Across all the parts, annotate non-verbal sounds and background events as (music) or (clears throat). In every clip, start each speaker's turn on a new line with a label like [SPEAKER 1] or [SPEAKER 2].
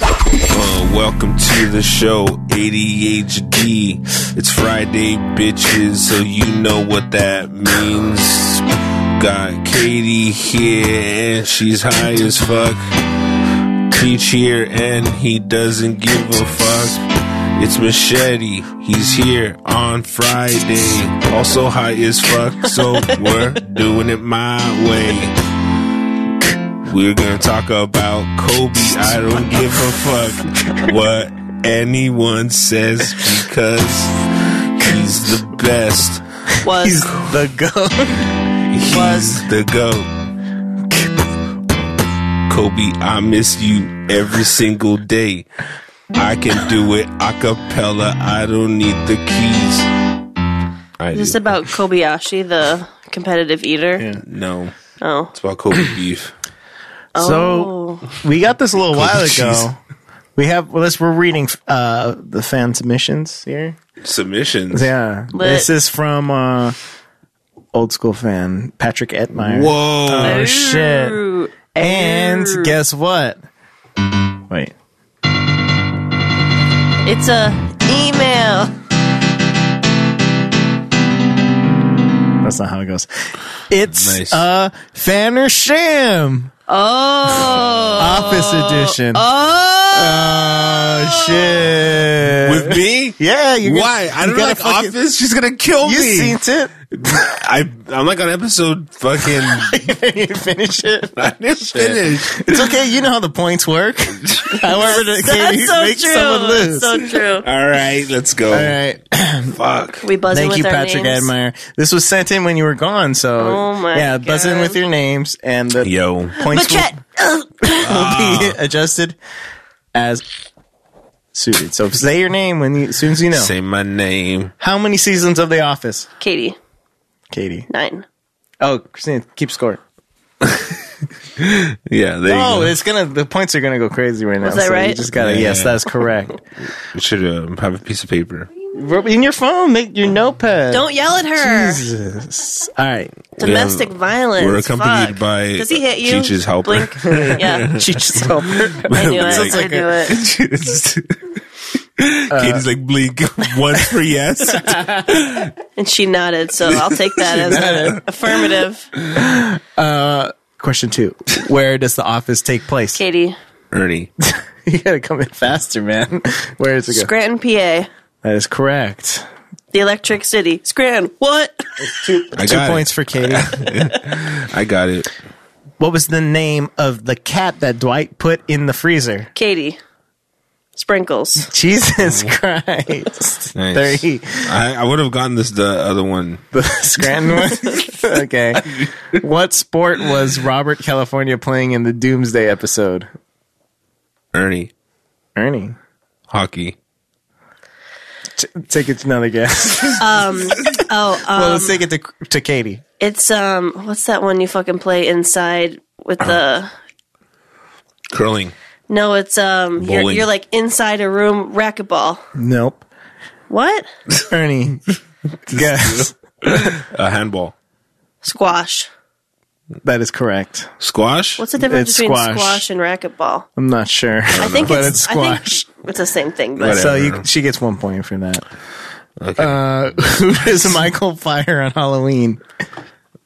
[SPEAKER 1] Uh, welcome to the show, ADHD. It's Friday, bitches, so you know what that means. Got Katie here, and she's high as fuck. Peach here, and he doesn't give a fuck. It's Machete, he's here on Friday. Also high as fuck, so we're doing it my way. We're gonna talk about Kobe. I don't give a fuck what anyone says because he's the best.
[SPEAKER 2] was
[SPEAKER 3] He's the goat.
[SPEAKER 1] He's
[SPEAKER 2] Was-
[SPEAKER 1] the GOAT. Kobe, I miss you every single day. I can do it a cappella. I don't need the keys. I
[SPEAKER 2] this about Kobayashi, the competitive eater?
[SPEAKER 3] Yeah.
[SPEAKER 1] no.
[SPEAKER 2] Oh.
[SPEAKER 1] It's about Kobe beef.
[SPEAKER 3] So we got this a little while ago. We have well, this we're reading uh, the fan submissions here.
[SPEAKER 1] Submissions.
[SPEAKER 3] Yeah,
[SPEAKER 2] Lit.
[SPEAKER 3] this is from uh, old school fan Patrick Etmeyer.
[SPEAKER 1] Whoa.
[SPEAKER 3] Oh shit!
[SPEAKER 2] Ooh.
[SPEAKER 3] And guess what? Wait,
[SPEAKER 2] It's a email.
[SPEAKER 3] that's not how it goes. It's
[SPEAKER 1] Nice.
[SPEAKER 3] uh, Fanner Sham
[SPEAKER 2] Oh.
[SPEAKER 3] Office Edition. Oh,
[SPEAKER 2] oh.
[SPEAKER 3] Ah, shit!
[SPEAKER 1] With me?
[SPEAKER 3] yeah, you
[SPEAKER 1] Why? I don't like office. She's gonna kill
[SPEAKER 3] You
[SPEAKER 1] me.
[SPEAKER 3] seen it?
[SPEAKER 1] (laughs)
[SPEAKER 3] (laughs)
[SPEAKER 1] I I'm like on episode fucking
[SPEAKER 3] you finish it.
[SPEAKER 1] finish.
[SPEAKER 3] It's okay. You know how the
[SPEAKER 2] (laughs)
[SPEAKER 3] points work. However, to
[SPEAKER 2] That's
[SPEAKER 3] Katie
[SPEAKER 2] so
[SPEAKER 3] makes
[SPEAKER 2] true.
[SPEAKER 3] someone lose.
[SPEAKER 2] That's so true.
[SPEAKER 1] All right, let's go.
[SPEAKER 3] All right.
[SPEAKER 1] Fuck.
[SPEAKER 2] We buzz in
[SPEAKER 3] Thank
[SPEAKER 2] with
[SPEAKER 3] you,
[SPEAKER 2] our
[SPEAKER 3] Patrick
[SPEAKER 2] names.
[SPEAKER 3] Admire. This was sent in when you were gone, so
[SPEAKER 2] Oh my
[SPEAKER 3] yeah, buzz in
[SPEAKER 2] God.
[SPEAKER 3] with your names and the
[SPEAKER 1] Yo.
[SPEAKER 3] points will,
[SPEAKER 2] Machette.
[SPEAKER 3] will
[SPEAKER 1] Ah.
[SPEAKER 3] be (laughs) adjusted as suited. So say your name when you, as soon as you know.
[SPEAKER 1] Say my name.
[SPEAKER 3] How many seasons of The Office,
[SPEAKER 2] Katie.
[SPEAKER 3] Katie?
[SPEAKER 2] Nine.
[SPEAKER 3] Oh, Christine, keep score.
[SPEAKER 1] Yeah, there
[SPEAKER 3] Oh,
[SPEAKER 1] you
[SPEAKER 3] it's gonna. The points are gonna go crazy right now.
[SPEAKER 2] that
[SPEAKER 3] so You
[SPEAKER 2] right?
[SPEAKER 3] just gotta.
[SPEAKER 1] Yeah.
[SPEAKER 3] Yes,
[SPEAKER 1] (laughs)
[SPEAKER 3] that's correct.
[SPEAKER 1] go. We should um, have a piece of paper.
[SPEAKER 3] in your phone, make your notepad.
[SPEAKER 2] Don't yell at her.
[SPEAKER 3] Jesus. All right.
[SPEAKER 2] Domestic
[SPEAKER 1] We have-
[SPEAKER 2] violence.
[SPEAKER 1] We're accompanied
[SPEAKER 2] Fuck.
[SPEAKER 1] by
[SPEAKER 2] Does he hit you?
[SPEAKER 1] Cheech's helper.
[SPEAKER 2] Blink.
[SPEAKER 3] (laughs)
[SPEAKER 2] Yeah.
[SPEAKER 3] She just (laughs) helped her.
[SPEAKER 2] I knew it.
[SPEAKER 1] Sounds
[SPEAKER 2] I
[SPEAKER 3] like
[SPEAKER 2] knew
[SPEAKER 3] a-
[SPEAKER 2] it.
[SPEAKER 1] Katie's like blink once for yes.
[SPEAKER 2] And she nodded, so I'll
[SPEAKER 3] (laughs)
[SPEAKER 2] take that as an affirmative.
[SPEAKER 3] Question two. Where does the office take place?
[SPEAKER 2] Katie.
[SPEAKER 1] Ernie.
[SPEAKER 3] (laughs) You gotta come in faster, man. Where does it go?
[SPEAKER 2] Scranton, PA.
[SPEAKER 3] that is correct.
[SPEAKER 2] The Electric City. Scranton. What?
[SPEAKER 1] I
[SPEAKER 3] Two
[SPEAKER 1] got
[SPEAKER 3] points for Katie.
[SPEAKER 1] It. I got it.
[SPEAKER 3] (laughs) what was the name of the cat that Dwight put in the freezer?
[SPEAKER 2] Katie. Sprinkles.
[SPEAKER 3] Jesus (laughs) Christ.
[SPEAKER 1] Nice.
[SPEAKER 3] Three.
[SPEAKER 1] I, I would have gotten this the other one.
[SPEAKER 3] The Scranton (laughs) one? okay. What sport was Robert California playing in the Doomsday episode?
[SPEAKER 1] Ernie.
[SPEAKER 3] Ernie.
[SPEAKER 1] Hockey.
[SPEAKER 3] T- take it to another guess. (laughs)
[SPEAKER 2] Oh, um,
[SPEAKER 3] well, let's take it to, to Katie.
[SPEAKER 2] it's um, what's that one you fucking play inside with the?
[SPEAKER 1] Curling.
[SPEAKER 2] No, it's um, you're,
[SPEAKER 1] Bowling.
[SPEAKER 2] you're like inside a room racquetball.
[SPEAKER 3] Nope.
[SPEAKER 2] What?
[SPEAKER 3] (laughs) Ernie. Guess.
[SPEAKER 1] Uh, handball.
[SPEAKER 2] Squash.
[SPEAKER 3] That is correct.
[SPEAKER 1] Squash.
[SPEAKER 2] What's the difference
[SPEAKER 3] It's
[SPEAKER 2] between
[SPEAKER 3] squash.
[SPEAKER 2] squash. and racquetball?
[SPEAKER 3] I'm not sure.
[SPEAKER 2] I think
[SPEAKER 3] but
[SPEAKER 2] it's,
[SPEAKER 3] it's
[SPEAKER 2] I think
[SPEAKER 3] squash.
[SPEAKER 2] it's the same thing, but
[SPEAKER 1] Whatever.
[SPEAKER 3] So you, she gets one point for that.
[SPEAKER 1] Okay.
[SPEAKER 3] Uh, (laughs) who is Michael Fire on Halloween?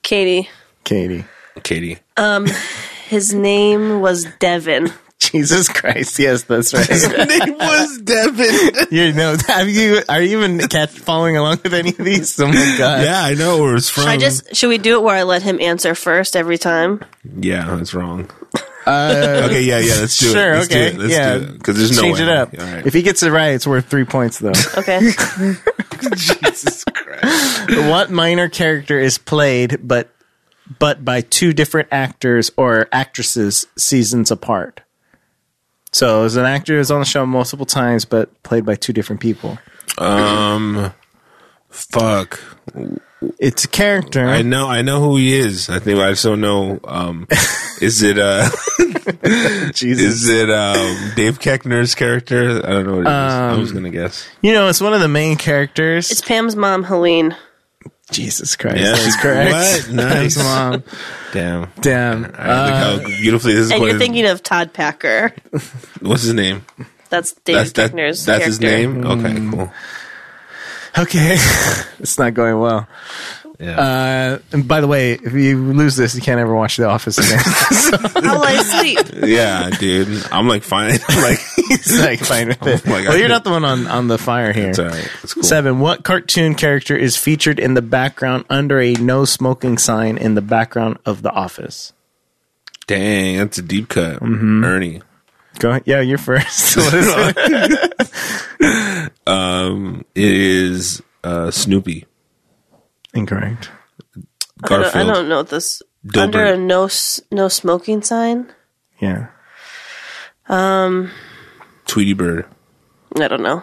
[SPEAKER 2] Katie.
[SPEAKER 3] Katie.
[SPEAKER 1] Katie.
[SPEAKER 2] His name was Devin.
[SPEAKER 3] Jesus Christ! Yes, that's right.
[SPEAKER 1] name was (laughs) Devin.
[SPEAKER 3] (laughs) you know, have you are you even cat following along with any of these? Oh my god!
[SPEAKER 1] yeah, I know where it's from.
[SPEAKER 2] Should I just should we do it where I let him answer first every time?
[SPEAKER 1] Yeah, that's wrong. okay, yeah, yeah. Let's do
[SPEAKER 3] Uh, sure,
[SPEAKER 1] it. Let's
[SPEAKER 3] okay,
[SPEAKER 1] do it. Let's
[SPEAKER 3] yeah.
[SPEAKER 1] do it. Because there's no
[SPEAKER 3] Change
[SPEAKER 1] way.
[SPEAKER 3] it up.
[SPEAKER 1] All right.
[SPEAKER 3] If he gets it right, it's worth three points though.
[SPEAKER 2] Okay.
[SPEAKER 1] Jesus Christ.
[SPEAKER 3] what minor character is played but but by two different actors or actresses seasons apart so as an actor who's on the show multiple times but played by two different people
[SPEAKER 1] Um, fuck.
[SPEAKER 3] it's a character
[SPEAKER 1] I know. I know who he is. I think. I just don't know.
[SPEAKER 3] (laughs)
[SPEAKER 1] Um, is it uh,
[SPEAKER 3] jesus
[SPEAKER 1] is it um, Dave Keckner's character? I don't know what it is. I
[SPEAKER 3] Um,
[SPEAKER 1] was gonna guess.
[SPEAKER 3] you know it's one of the main characters
[SPEAKER 2] it's Pam's mom, Helene.
[SPEAKER 3] jesus christ
[SPEAKER 1] Yeah.
[SPEAKER 3] that's correct (laughs)
[SPEAKER 1] What? Nice. (laughs)
[SPEAKER 3] Nice, mom
[SPEAKER 1] Damn.
[SPEAKER 3] damn Uh,
[SPEAKER 1] All right, look how beautifully this is.
[SPEAKER 2] And
[SPEAKER 1] what
[SPEAKER 2] you're
[SPEAKER 1] it-
[SPEAKER 2] thinking of Todd Packer.
[SPEAKER 1] what's his name? That's
[SPEAKER 2] That's David
[SPEAKER 1] that,
[SPEAKER 2] Dickner's
[SPEAKER 1] that's his
[SPEAKER 2] character. (laughs)
[SPEAKER 1] name. Okay,
[SPEAKER 3] Mm.
[SPEAKER 1] cool.
[SPEAKER 3] Okay, (laughs) it's not going well.
[SPEAKER 1] Yeah.
[SPEAKER 3] Uh, and by the way, if you lose this, you can't ever watch The Office again. (laughs)
[SPEAKER 2] How will I sleep?
[SPEAKER 1] (laughs) yeah, dude. I'm like fine. (laughs) I'm
[SPEAKER 3] (laughs)
[SPEAKER 1] like
[SPEAKER 3] it's like fine with it.
[SPEAKER 1] Oh my God.
[SPEAKER 3] well, you're not the one on, on the fire here.
[SPEAKER 1] it's all right. It's cool.
[SPEAKER 3] Seven. What cartoon character is featured in the background under a no smoking sign in the background of The Office?
[SPEAKER 1] Dang, that's a deep cut,
[SPEAKER 2] Mm-hmm. (laughs)
[SPEAKER 1] Ernie. (laughs)
[SPEAKER 3] Go ahead. Yeah, you're first.
[SPEAKER 1] um, it is uh, Snoopy
[SPEAKER 3] Incorrect.
[SPEAKER 2] I
[SPEAKER 1] Garfield.
[SPEAKER 2] don't, I don't know this.
[SPEAKER 1] Dilbert.
[SPEAKER 2] Under a no s- no smoking sign.
[SPEAKER 3] Yeah.
[SPEAKER 1] Tweety Bird.
[SPEAKER 2] I don't know.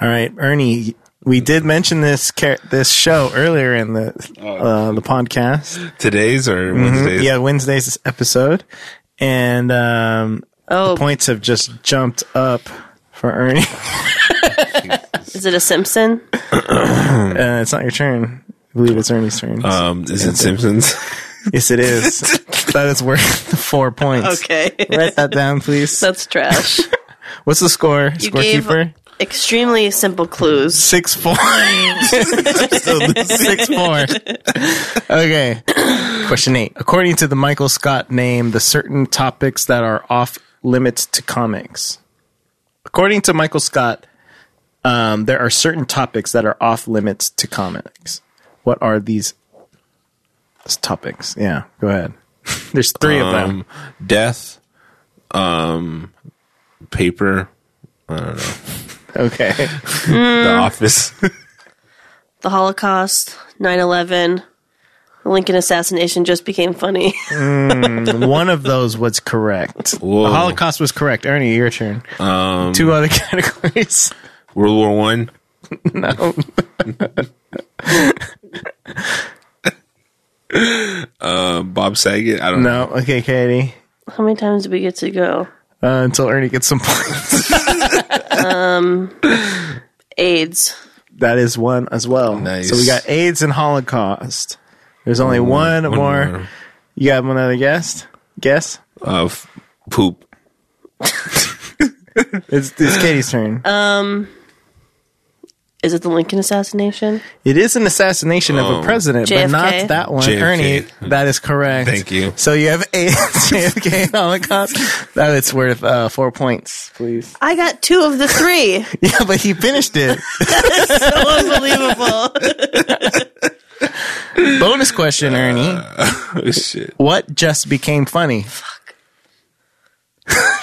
[SPEAKER 3] All right, Ernie. We did mention this car- this show earlier in the uh, the podcast.
[SPEAKER 1] Today's or
[SPEAKER 2] Mm-hmm.
[SPEAKER 1] Wednesday's?
[SPEAKER 3] Yeah, Wednesday's episode, and um,
[SPEAKER 2] Oh,
[SPEAKER 3] points have just jumped up for Ernie.
[SPEAKER 2] is it
[SPEAKER 1] (laughs)
[SPEAKER 2] a Simpson?
[SPEAKER 3] Uh, it's not your turn. I believe it's Ernie's turn.
[SPEAKER 1] Um, is it
[SPEAKER 2] (laughs)
[SPEAKER 1] Simpsons?
[SPEAKER 3] yes, it is. that is worth the four points.
[SPEAKER 2] Okay, (laughs)
[SPEAKER 3] Write that down, please.
[SPEAKER 1] (laughs)
[SPEAKER 2] that's trash.
[SPEAKER 3] What's the score?
[SPEAKER 2] You gave
[SPEAKER 3] Scorekeeper?
[SPEAKER 2] extremely simple clues.
[SPEAKER 3] Six four. (laughs) Six four. Okay. Question eight. According to the Michael Scott name, the certain topics that are off limits to comics. According to Michael Scott, um, there are certain topics that are off limits to comics. What are these s- topics? Yeah, go ahead. (laughs) There's three of them.
[SPEAKER 1] Um, death. Um, paper.
[SPEAKER 3] Okay.
[SPEAKER 2] Mm.
[SPEAKER 1] The office. (laughs)
[SPEAKER 2] The Holocaust, 9-11, the Lincoln assassination just became funny. (laughs)
[SPEAKER 3] One of those was correct.
[SPEAKER 1] Whoa.
[SPEAKER 3] The Holocaust was correct. Ernie, your turn.
[SPEAKER 1] Um,
[SPEAKER 3] Two other (laughs) categories.
[SPEAKER 1] World War
[SPEAKER 2] (laughs)
[SPEAKER 1] One.
[SPEAKER 3] No.
[SPEAKER 1] (laughs) Uh, Bob Saget. I don't know.
[SPEAKER 3] No. Okay, Katie.
[SPEAKER 2] How many times do we get to go?
[SPEAKER 3] Uh, until Ernie gets some (laughs) points.
[SPEAKER 2] AIDS.
[SPEAKER 3] that is one as well.
[SPEAKER 1] Nice.
[SPEAKER 3] So we got AIDS and Holocaust. There's only one,
[SPEAKER 1] one
[SPEAKER 3] more.
[SPEAKER 1] more.
[SPEAKER 3] You got one other guess? Guess?
[SPEAKER 1] Uh, f- poop. (laughs)
[SPEAKER 3] It's, it's Katie's turn.
[SPEAKER 2] Is it the Lincoln assassination?
[SPEAKER 3] it is an assassination of
[SPEAKER 1] Oh.
[SPEAKER 3] a president, but
[SPEAKER 2] JFK.
[SPEAKER 3] not that one.
[SPEAKER 1] JFK.
[SPEAKER 3] Ernie, that is correct.
[SPEAKER 1] Thank you.
[SPEAKER 3] So you have (laughs) AIDS, JFK, and Holocaust. That is worth uh, four points, please.
[SPEAKER 2] I got two of
[SPEAKER 1] (laughs)
[SPEAKER 2] the three.
[SPEAKER 3] (laughs) Yeah, but he finished it.
[SPEAKER 2] so unbelievable.
[SPEAKER 3] Bonus question, Ernie.
[SPEAKER 1] Oh, shit.
[SPEAKER 3] What just became funny? (laughs)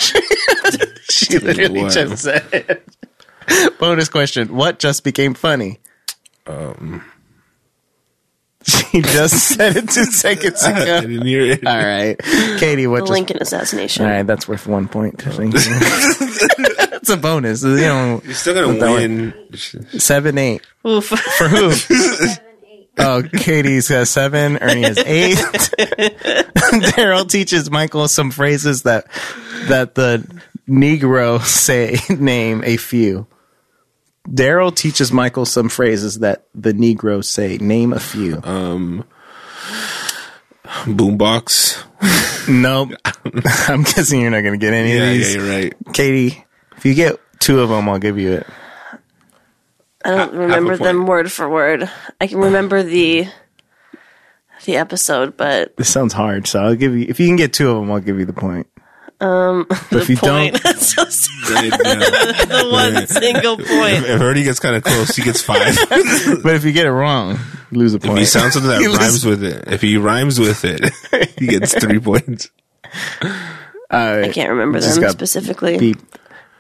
[SPEAKER 3] she literally
[SPEAKER 1] What?
[SPEAKER 3] just said it. Bonus question. What just became funny? Um. She just said it two
[SPEAKER 1] (laughs)
[SPEAKER 3] seconds
[SPEAKER 1] I
[SPEAKER 3] ago.
[SPEAKER 1] didn't hear it.
[SPEAKER 3] All right. Katie, what
[SPEAKER 2] The
[SPEAKER 3] just.
[SPEAKER 2] Lincoln assassination.
[SPEAKER 3] All right, that's worth one point. Thank you. (laughs) That's a bonus. You know,
[SPEAKER 1] You're still gonna
[SPEAKER 3] That
[SPEAKER 1] win.
[SPEAKER 3] seven, eight.
[SPEAKER 2] Oof. (laughs)
[SPEAKER 1] (laughs)
[SPEAKER 3] For who? Oh, Katie's got seven. Ernie has eight. (laughs) Daryl teaches Michael some phrases that that the Negro say. Name a few. Daryl teaches Michael some phrases that the Negro say. Name a few.
[SPEAKER 1] Uh, Boombox.
[SPEAKER 3] nope. (laughs) I'm guessing you're not going to get any
[SPEAKER 1] Yeah,
[SPEAKER 3] of
[SPEAKER 1] yeah,
[SPEAKER 3] these.
[SPEAKER 1] you're (laughs) right.
[SPEAKER 3] Katie, if you get two of them, I'll give you it.
[SPEAKER 2] I don't remember them
[SPEAKER 1] point.
[SPEAKER 2] word for word. I can remember the the episode, but
[SPEAKER 3] This sounds hard, so I'll give you. If you can get two of them, I'll give you the point. Um, but if
[SPEAKER 2] the
[SPEAKER 3] you
[SPEAKER 2] point. (laughs)
[SPEAKER 3] don't,
[SPEAKER 2] That's so sad.
[SPEAKER 1] Yeah.
[SPEAKER 2] The one single point.
[SPEAKER 1] If Ernie gets kind of close, he gets (laughs) five. if
[SPEAKER 3] but if you get it wrong, you lose a point.
[SPEAKER 1] he sounds
[SPEAKER 3] (laughs)
[SPEAKER 1] something that
[SPEAKER 3] You lose-
[SPEAKER 1] rhymes with it, if he rhymes with (laughs) it, he gets three points.
[SPEAKER 2] I can't remember
[SPEAKER 3] Just
[SPEAKER 2] them
[SPEAKER 3] got
[SPEAKER 2] specifically.
[SPEAKER 3] beep.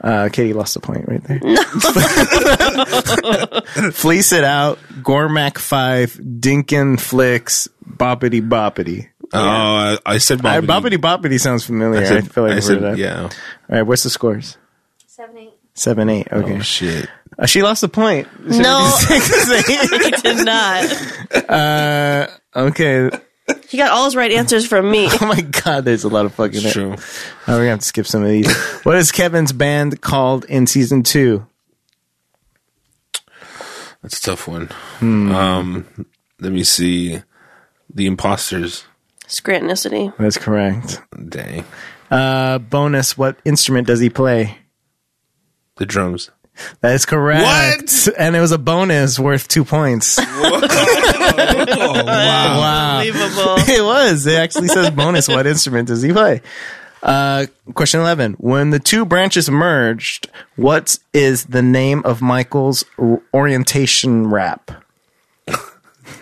[SPEAKER 3] Uh, Katie lost a point right there. (laughs) Fleece it out. Gormack five. Dinkin flicks. Boppity boppity.
[SPEAKER 1] Oh, I, I said
[SPEAKER 3] I-
[SPEAKER 1] Bobbity.
[SPEAKER 3] Boppity boppity sounds familiar. I,
[SPEAKER 1] I said,
[SPEAKER 3] feel like
[SPEAKER 1] I
[SPEAKER 3] I've
[SPEAKER 1] said-
[SPEAKER 3] heard that.
[SPEAKER 1] yeah.
[SPEAKER 3] All right. What's the scores?
[SPEAKER 4] Seven, eight.
[SPEAKER 3] Seven eight. Okay.
[SPEAKER 1] Oh shit.
[SPEAKER 3] Uh, she lost a point. (laughs)
[SPEAKER 2] No,
[SPEAKER 3] Six, eight.
[SPEAKER 2] (laughs) he did not.
[SPEAKER 3] okay. (laughs)
[SPEAKER 2] He got all his right answers from me.
[SPEAKER 3] Oh my god. There's a lot of fucking.
[SPEAKER 1] It's true.
[SPEAKER 3] Oh, we're gonna have to skip some
[SPEAKER 1] (laughs)
[SPEAKER 3] of these. what is Kevin's band called in season two?
[SPEAKER 1] That's a tough one. Um, let me see. The imposters.
[SPEAKER 2] Scrantonicity.
[SPEAKER 3] That's correct.
[SPEAKER 1] Dang.
[SPEAKER 3] Uh, bonus: What instrument does he play?
[SPEAKER 1] The drums.
[SPEAKER 3] That is correct.
[SPEAKER 1] What?
[SPEAKER 3] And it was a bonus worth
[SPEAKER 1] (laughs)
[SPEAKER 3] two points. wow.
[SPEAKER 2] Unbelievable.
[SPEAKER 3] (laughs) It was. It actually says bonus. What instrument does he play? Uh, question 11. When the two branches merged, what is the name of Michael's r- orientation rap? (laughs)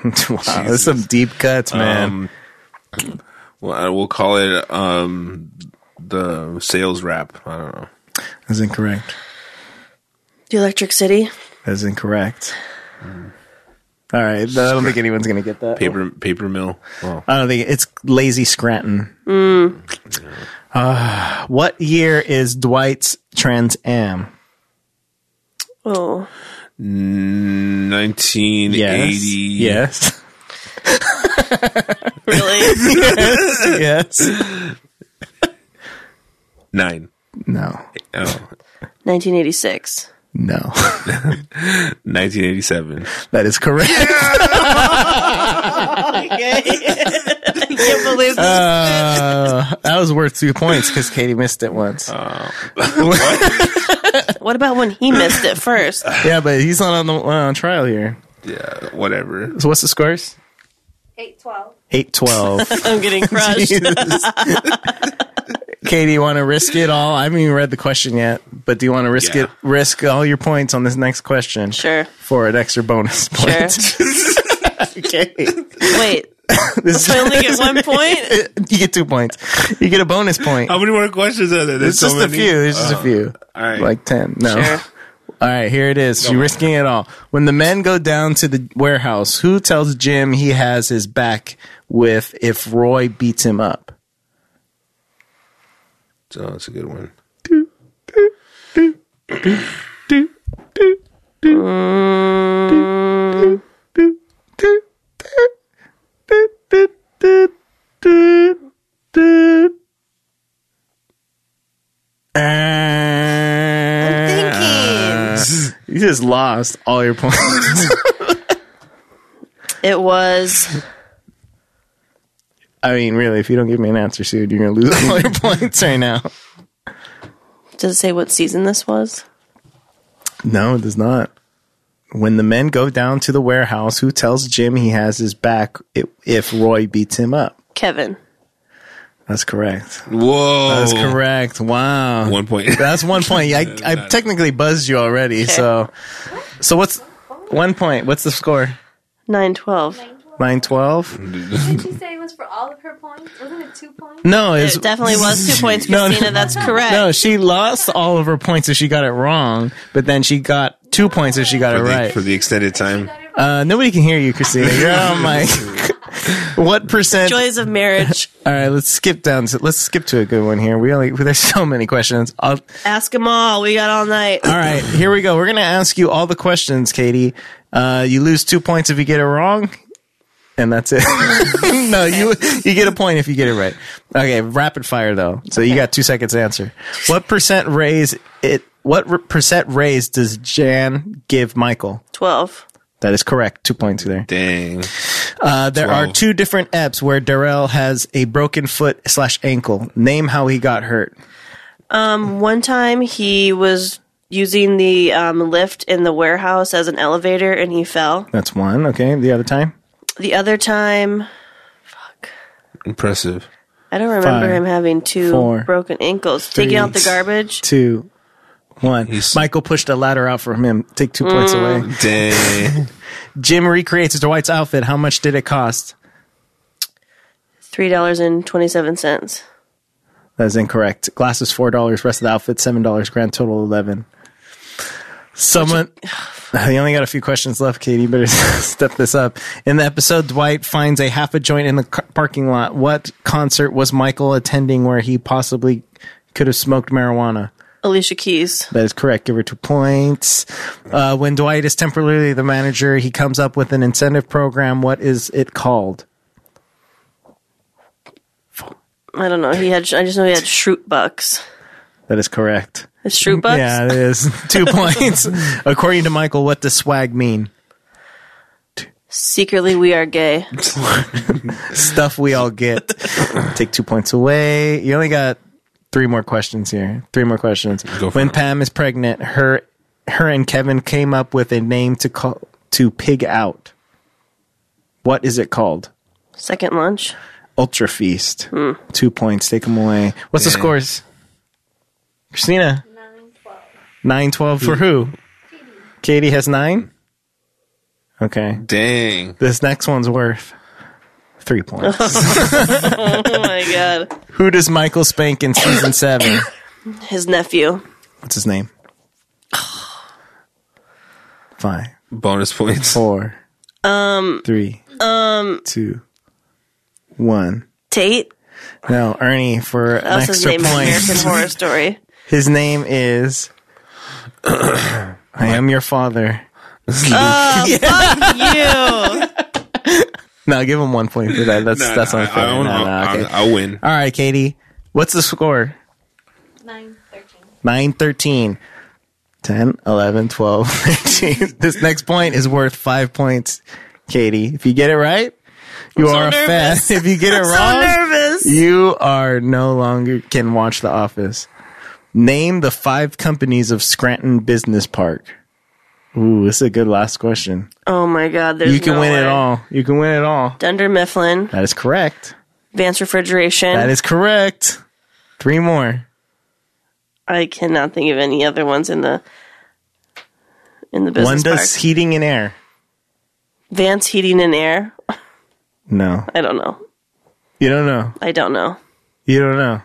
[SPEAKER 3] wow, there's some deep cuts, man.
[SPEAKER 1] Um, well, I will call it um the sales rap. I don't know.
[SPEAKER 3] That's incorrect.
[SPEAKER 2] the Electric City.
[SPEAKER 3] That's incorrect.
[SPEAKER 1] mm.
[SPEAKER 3] All right. I don't think anyone's going to get that.
[SPEAKER 1] Paper paper mill. Well,
[SPEAKER 3] I don't think it's Lazy Scranton. Uh, what year is Dwight's Trans Am?
[SPEAKER 2] Oh,
[SPEAKER 1] nineteen
[SPEAKER 3] Yes.
[SPEAKER 1] eighty.
[SPEAKER 3] Yes.
[SPEAKER 2] (laughs) really?
[SPEAKER 3] yes.
[SPEAKER 1] Nine.
[SPEAKER 3] No.
[SPEAKER 1] Oh,
[SPEAKER 2] 1986.
[SPEAKER 3] No.
[SPEAKER 1] (laughs)
[SPEAKER 3] (laughs)
[SPEAKER 1] 1987.
[SPEAKER 3] That is correct.
[SPEAKER 2] Okay. (laughs) I can't believe this.
[SPEAKER 3] Uh, that was worth two points because Katie missed it once.
[SPEAKER 2] what about when he missed it first?
[SPEAKER 3] yeah, but he's not on the uh, on trial here.
[SPEAKER 1] Yeah, whatever.
[SPEAKER 3] So what's the scores?
[SPEAKER 4] Eight twelve.
[SPEAKER 3] Eight twelve. (laughs)
[SPEAKER 2] I'm getting crushed.
[SPEAKER 3] Katie, you want to risk it all? I haven't even read the question yet, but do you want to risk
[SPEAKER 1] Yeah.
[SPEAKER 3] it? Risk all your points on this next question
[SPEAKER 2] Sure.
[SPEAKER 3] for an extra bonus (laughs)
[SPEAKER 2] Sure.
[SPEAKER 3] point. (laughs) okay. (laughs)
[SPEAKER 2] Wait.
[SPEAKER 3] This
[SPEAKER 2] I only get
[SPEAKER 3] (laughs)
[SPEAKER 2] one point?
[SPEAKER 3] you get two points. You get a bonus point.
[SPEAKER 1] How many Uh, more questions are there? There's
[SPEAKER 3] It's just a few. There's
[SPEAKER 1] Oh,
[SPEAKER 3] just a few.
[SPEAKER 1] all right.
[SPEAKER 3] Like ten. No.
[SPEAKER 2] Sure.
[SPEAKER 3] All right, here it is. You're risking it all. When the men go down to the warehouse, who tells Jim he has his back with if Roy beats him up?
[SPEAKER 1] (laughs) So that's a good one.
[SPEAKER 2] Thinking.
[SPEAKER 3] (laughs) You just lost all your points. (laughs)
[SPEAKER 2] It was
[SPEAKER 3] I mean, really, if you don't give me an answer soon, you're going to lose all your (laughs) points right now.
[SPEAKER 2] does it say what season this was?
[SPEAKER 3] No, it does not. When the men go down to the warehouse, who tells Jim he has his back i- if Roy beats him up?
[SPEAKER 2] Kevin.
[SPEAKER 3] That's correct.
[SPEAKER 1] Whoa.
[SPEAKER 3] That's correct. Wow.
[SPEAKER 1] One point.
[SPEAKER 3] That's one point. Yeah, I, I technically buzzed you already. So, so what's one point? What's the score?
[SPEAKER 2] Nine twelve.
[SPEAKER 3] Nine twelve?
[SPEAKER 4] Did she say it was for all of her points? Wasn't it two points?
[SPEAKER 3] No, it's
[SPEAKER 2] It definitely was two points,
[SPEAKER 3] (laughs) No, no.
[SPEAKER 2] Christina. That's correct.
[SPEAKER 3] no. She lost all of her points if she got it wrong, but then she got two points if she got
[SPEAKER 1] (laughs)
[SPEAKER 3] it
[SPEAKER 1] for, the,
[SPEAKER 3] right.
[SPEAKER 1] for the extended time.
[SPEAKER 4] Got it right.
[SPEAKER 3] Uh, nobody can hear you, Christina. You're on mic. what percent?
[SPEAKER 2] Joys of marriage.
[SPEAKER 3] All right, let's skip down. To, let's skip to a good one here. We only there's so many questions. I'll,
[SPEAKER 2] Ask them all. We got all night.
[SPEAKER 3] all right, here we go. We're gonna ask you all the questions, Katie. Uh, you lose two points if you get it wrong, and that's it. (laughs) no, you you get a point if you get it right. Okay, rapid fire though. So you got two seconds to answer. What percent raise it? What r- percent raise does Jan give Michael?
[SPEAKER 2] Twelve.
[SPEAKER 3] That is correct. Two points there.
[SPEAKER 1] Dang.
[SPEAKER 3] Uh, there are
[SPEAKER 1] Twelve.
[SPEAKER 3] two different eps where Darrell has a broken foot slash ankle. Name how he got hurt.
[SPEAKER 2] One time he was using the um, lift in the warehouse as an elevator and he fell.
[SPEAKER 3] That's one. Okay. The other time.
[SPEAKER 2] The other time,
[SPEAKER 1] Impressive.
[SPEAKER 2] I don't remember
[SPEAKER 3] Five,
[SPEAKER 2] him having two
[SPEAKER 3] four,
[SPEAKER 2] broken ankles. Taking out the garbage.
[SPEAKER 3] Two, one.
[SPEAKER 1] He's- Mm.
[SPEAKER 3] Michael pushed a ladder out for him. Take two points away. (laughs)
[SPEAKER 1] Dang.
[SPEAKER 3] Jim recreates Dwight's outfit. How much did it cost?
[SPEAKER 2] Three dollars and twenty seven cents.
[SPEAKER 3] That is incorrect. Glasses four dollars. Rest of the outfit seven dollars. Grand total eleven. Someone, (sighs) you only got a few questions left, Katie. You better (laughs) step this up. In the episode, Dwight finds a half a joint in the ca- parking lot. What concert was Michael attending where he possibly could have smoked marijuana?
[SPEAKER 2] Alicia Keys.
[SPEAKER 3] That is correct. Give her two points. Uh, when Dwight is temporarily the manager, he comes up with an incentive program. What is it called?
[SPEAKER 2] I don't know. He had. I just know he had shroot bucks.
[SPEAKER 3] That is correct.
[SPEAKER 2] It's shroot bucks.
[SPEAKER 3] Mm, Yeah, it is. two points. According to Michael, what does swag mean?
[SPEAKER 2] Secretly, we are gay.
[SPEAKER 3] Stuff we all get. Take two points away. You only got three more questions here. Three more questions.
[SPEAKER 1] Go for
[SPEAKER 3] When
[SPEAKER 1] it.
[SPEAKER 3] Pam is pregnant, her her and Kevin came up with a name to call to pig out. What is it called?
[SPEAKER 2] Second lunch.
[SPEAKER 3] Ultra Feast. Two points. Take them away. What's the
[SPEAKER 1] Yeah.
[SPEAKER 3] scores? Christina,
[SPEAKER 4] Nine, twelve.
[SPEAKER 3] nine twelve for
[SPEAKER 1] Hmm.
[SPEAKER 3] who? Katie has nine? Okay.
[SPEAKER 1] Dang.
[SPEAKER 3] This next one's worth
[SPEAKER 2] (laughs)
[SPEAKER 3] three points.
[SPEAKER 2] Oh my god.
[SPEAKER 3] Who does Michael spank in season seven?
[SPEAKER 2] (laughs)
[SPEAKER 3] (coughs)
[SPEAKER 2] His nephew.
[SPEAKER 3] What's
[SPEAKER 2] (sighs)
[SPEAKER 3] his name? Five,
[SPEAKER 1] Bonus points.
[SPEAKER 3] four, um, three, um, two, one.
[SPEAKER 2] Tate.
[SPEAKER 3] No, Ernie for an
[SPEAKER 2] That's his
[SPEAKER 3] extra
[SPEAKER 2] name. in
[SPEAKER 3] point.
[SPEAKER 2] American Horror (laughs) Story.
[SPEAKER 3] His name
[SPEAKER 2] (coughs)
[SPEAKER 3] is. I am your father.
[SPEAKER 2] Uh,
[SPEAKER 3] (laughs)
[SPEAKER 2] you.
[SPEAKER 3] No, give him one point for that. That's
[SPEAKER 1] Nah,
[SPEAKER 3] that's
[SPEAKER 1] nah,
[SPEAKER 3] unfair.
[SPEAKER 1] I, I,
[SPEAKER 3] No,
[SPEAKER 1] won't-
[SPEAKER 3] no,
[SPEAKER 1] I,
[SPEAKER 3] okay.
[SPEAKER 1] I, I win.
[SPEAKER 3] All right, Katie. What's the score?
[SPEAKER 4] Nine, thirteen.
[SPEAKER 3] 9, 13, 10, 11, 12, 13. (laughs) this next point is worth five points, Katie. If you get it right, you
[SPEAKER 2] so
[SPEAKER 3] are a fan.
[SPEAKER 2] nervous.
[SPEAKER 3] If
[SPEAKER 2] (laughs)
[SPEAKER 3] you get it
[SPEAKER 2] So
[SPEAKER 3] wrong,
[SPEAKER 2] nervous.
[SPEAKER 3] you are no longer can watch The Office. Name the five companies of Scranton Business Park. Ooh, this is a good last question.
[SPEAKER 2] Oh my god. There's
[SPEAKER 3] you can
[SPEAKER 2] no
[SPEAKER 3] win it
[SPEAKER 2] way.
[SPEAKER 3] all. You can win it all.
[SPEAKER 2] Dunder Mifflin.
[SPEAKER 3] That is correct.
[SPEAKER 2] Vance Refrigeration.
[SPEAKER 3] That is correct. Three more.
[SPEAKER 2] I cannot think of any other ones in the in the
[SPEAKER 3] One
[SPEAKER 2] business
[SPEAKER 3] does
[SPEAKER 2] park.
[SPEAKER 3] heating and air.
[SPEAKER 2] Vance Heating and Air.
[SPEAKER 3] No.
[SPEAKER 2] I don't know.
[SPEAKER 3] You don't know.
[SPEAKER 2] I don't know.
[SPEAKER 3] You don't know.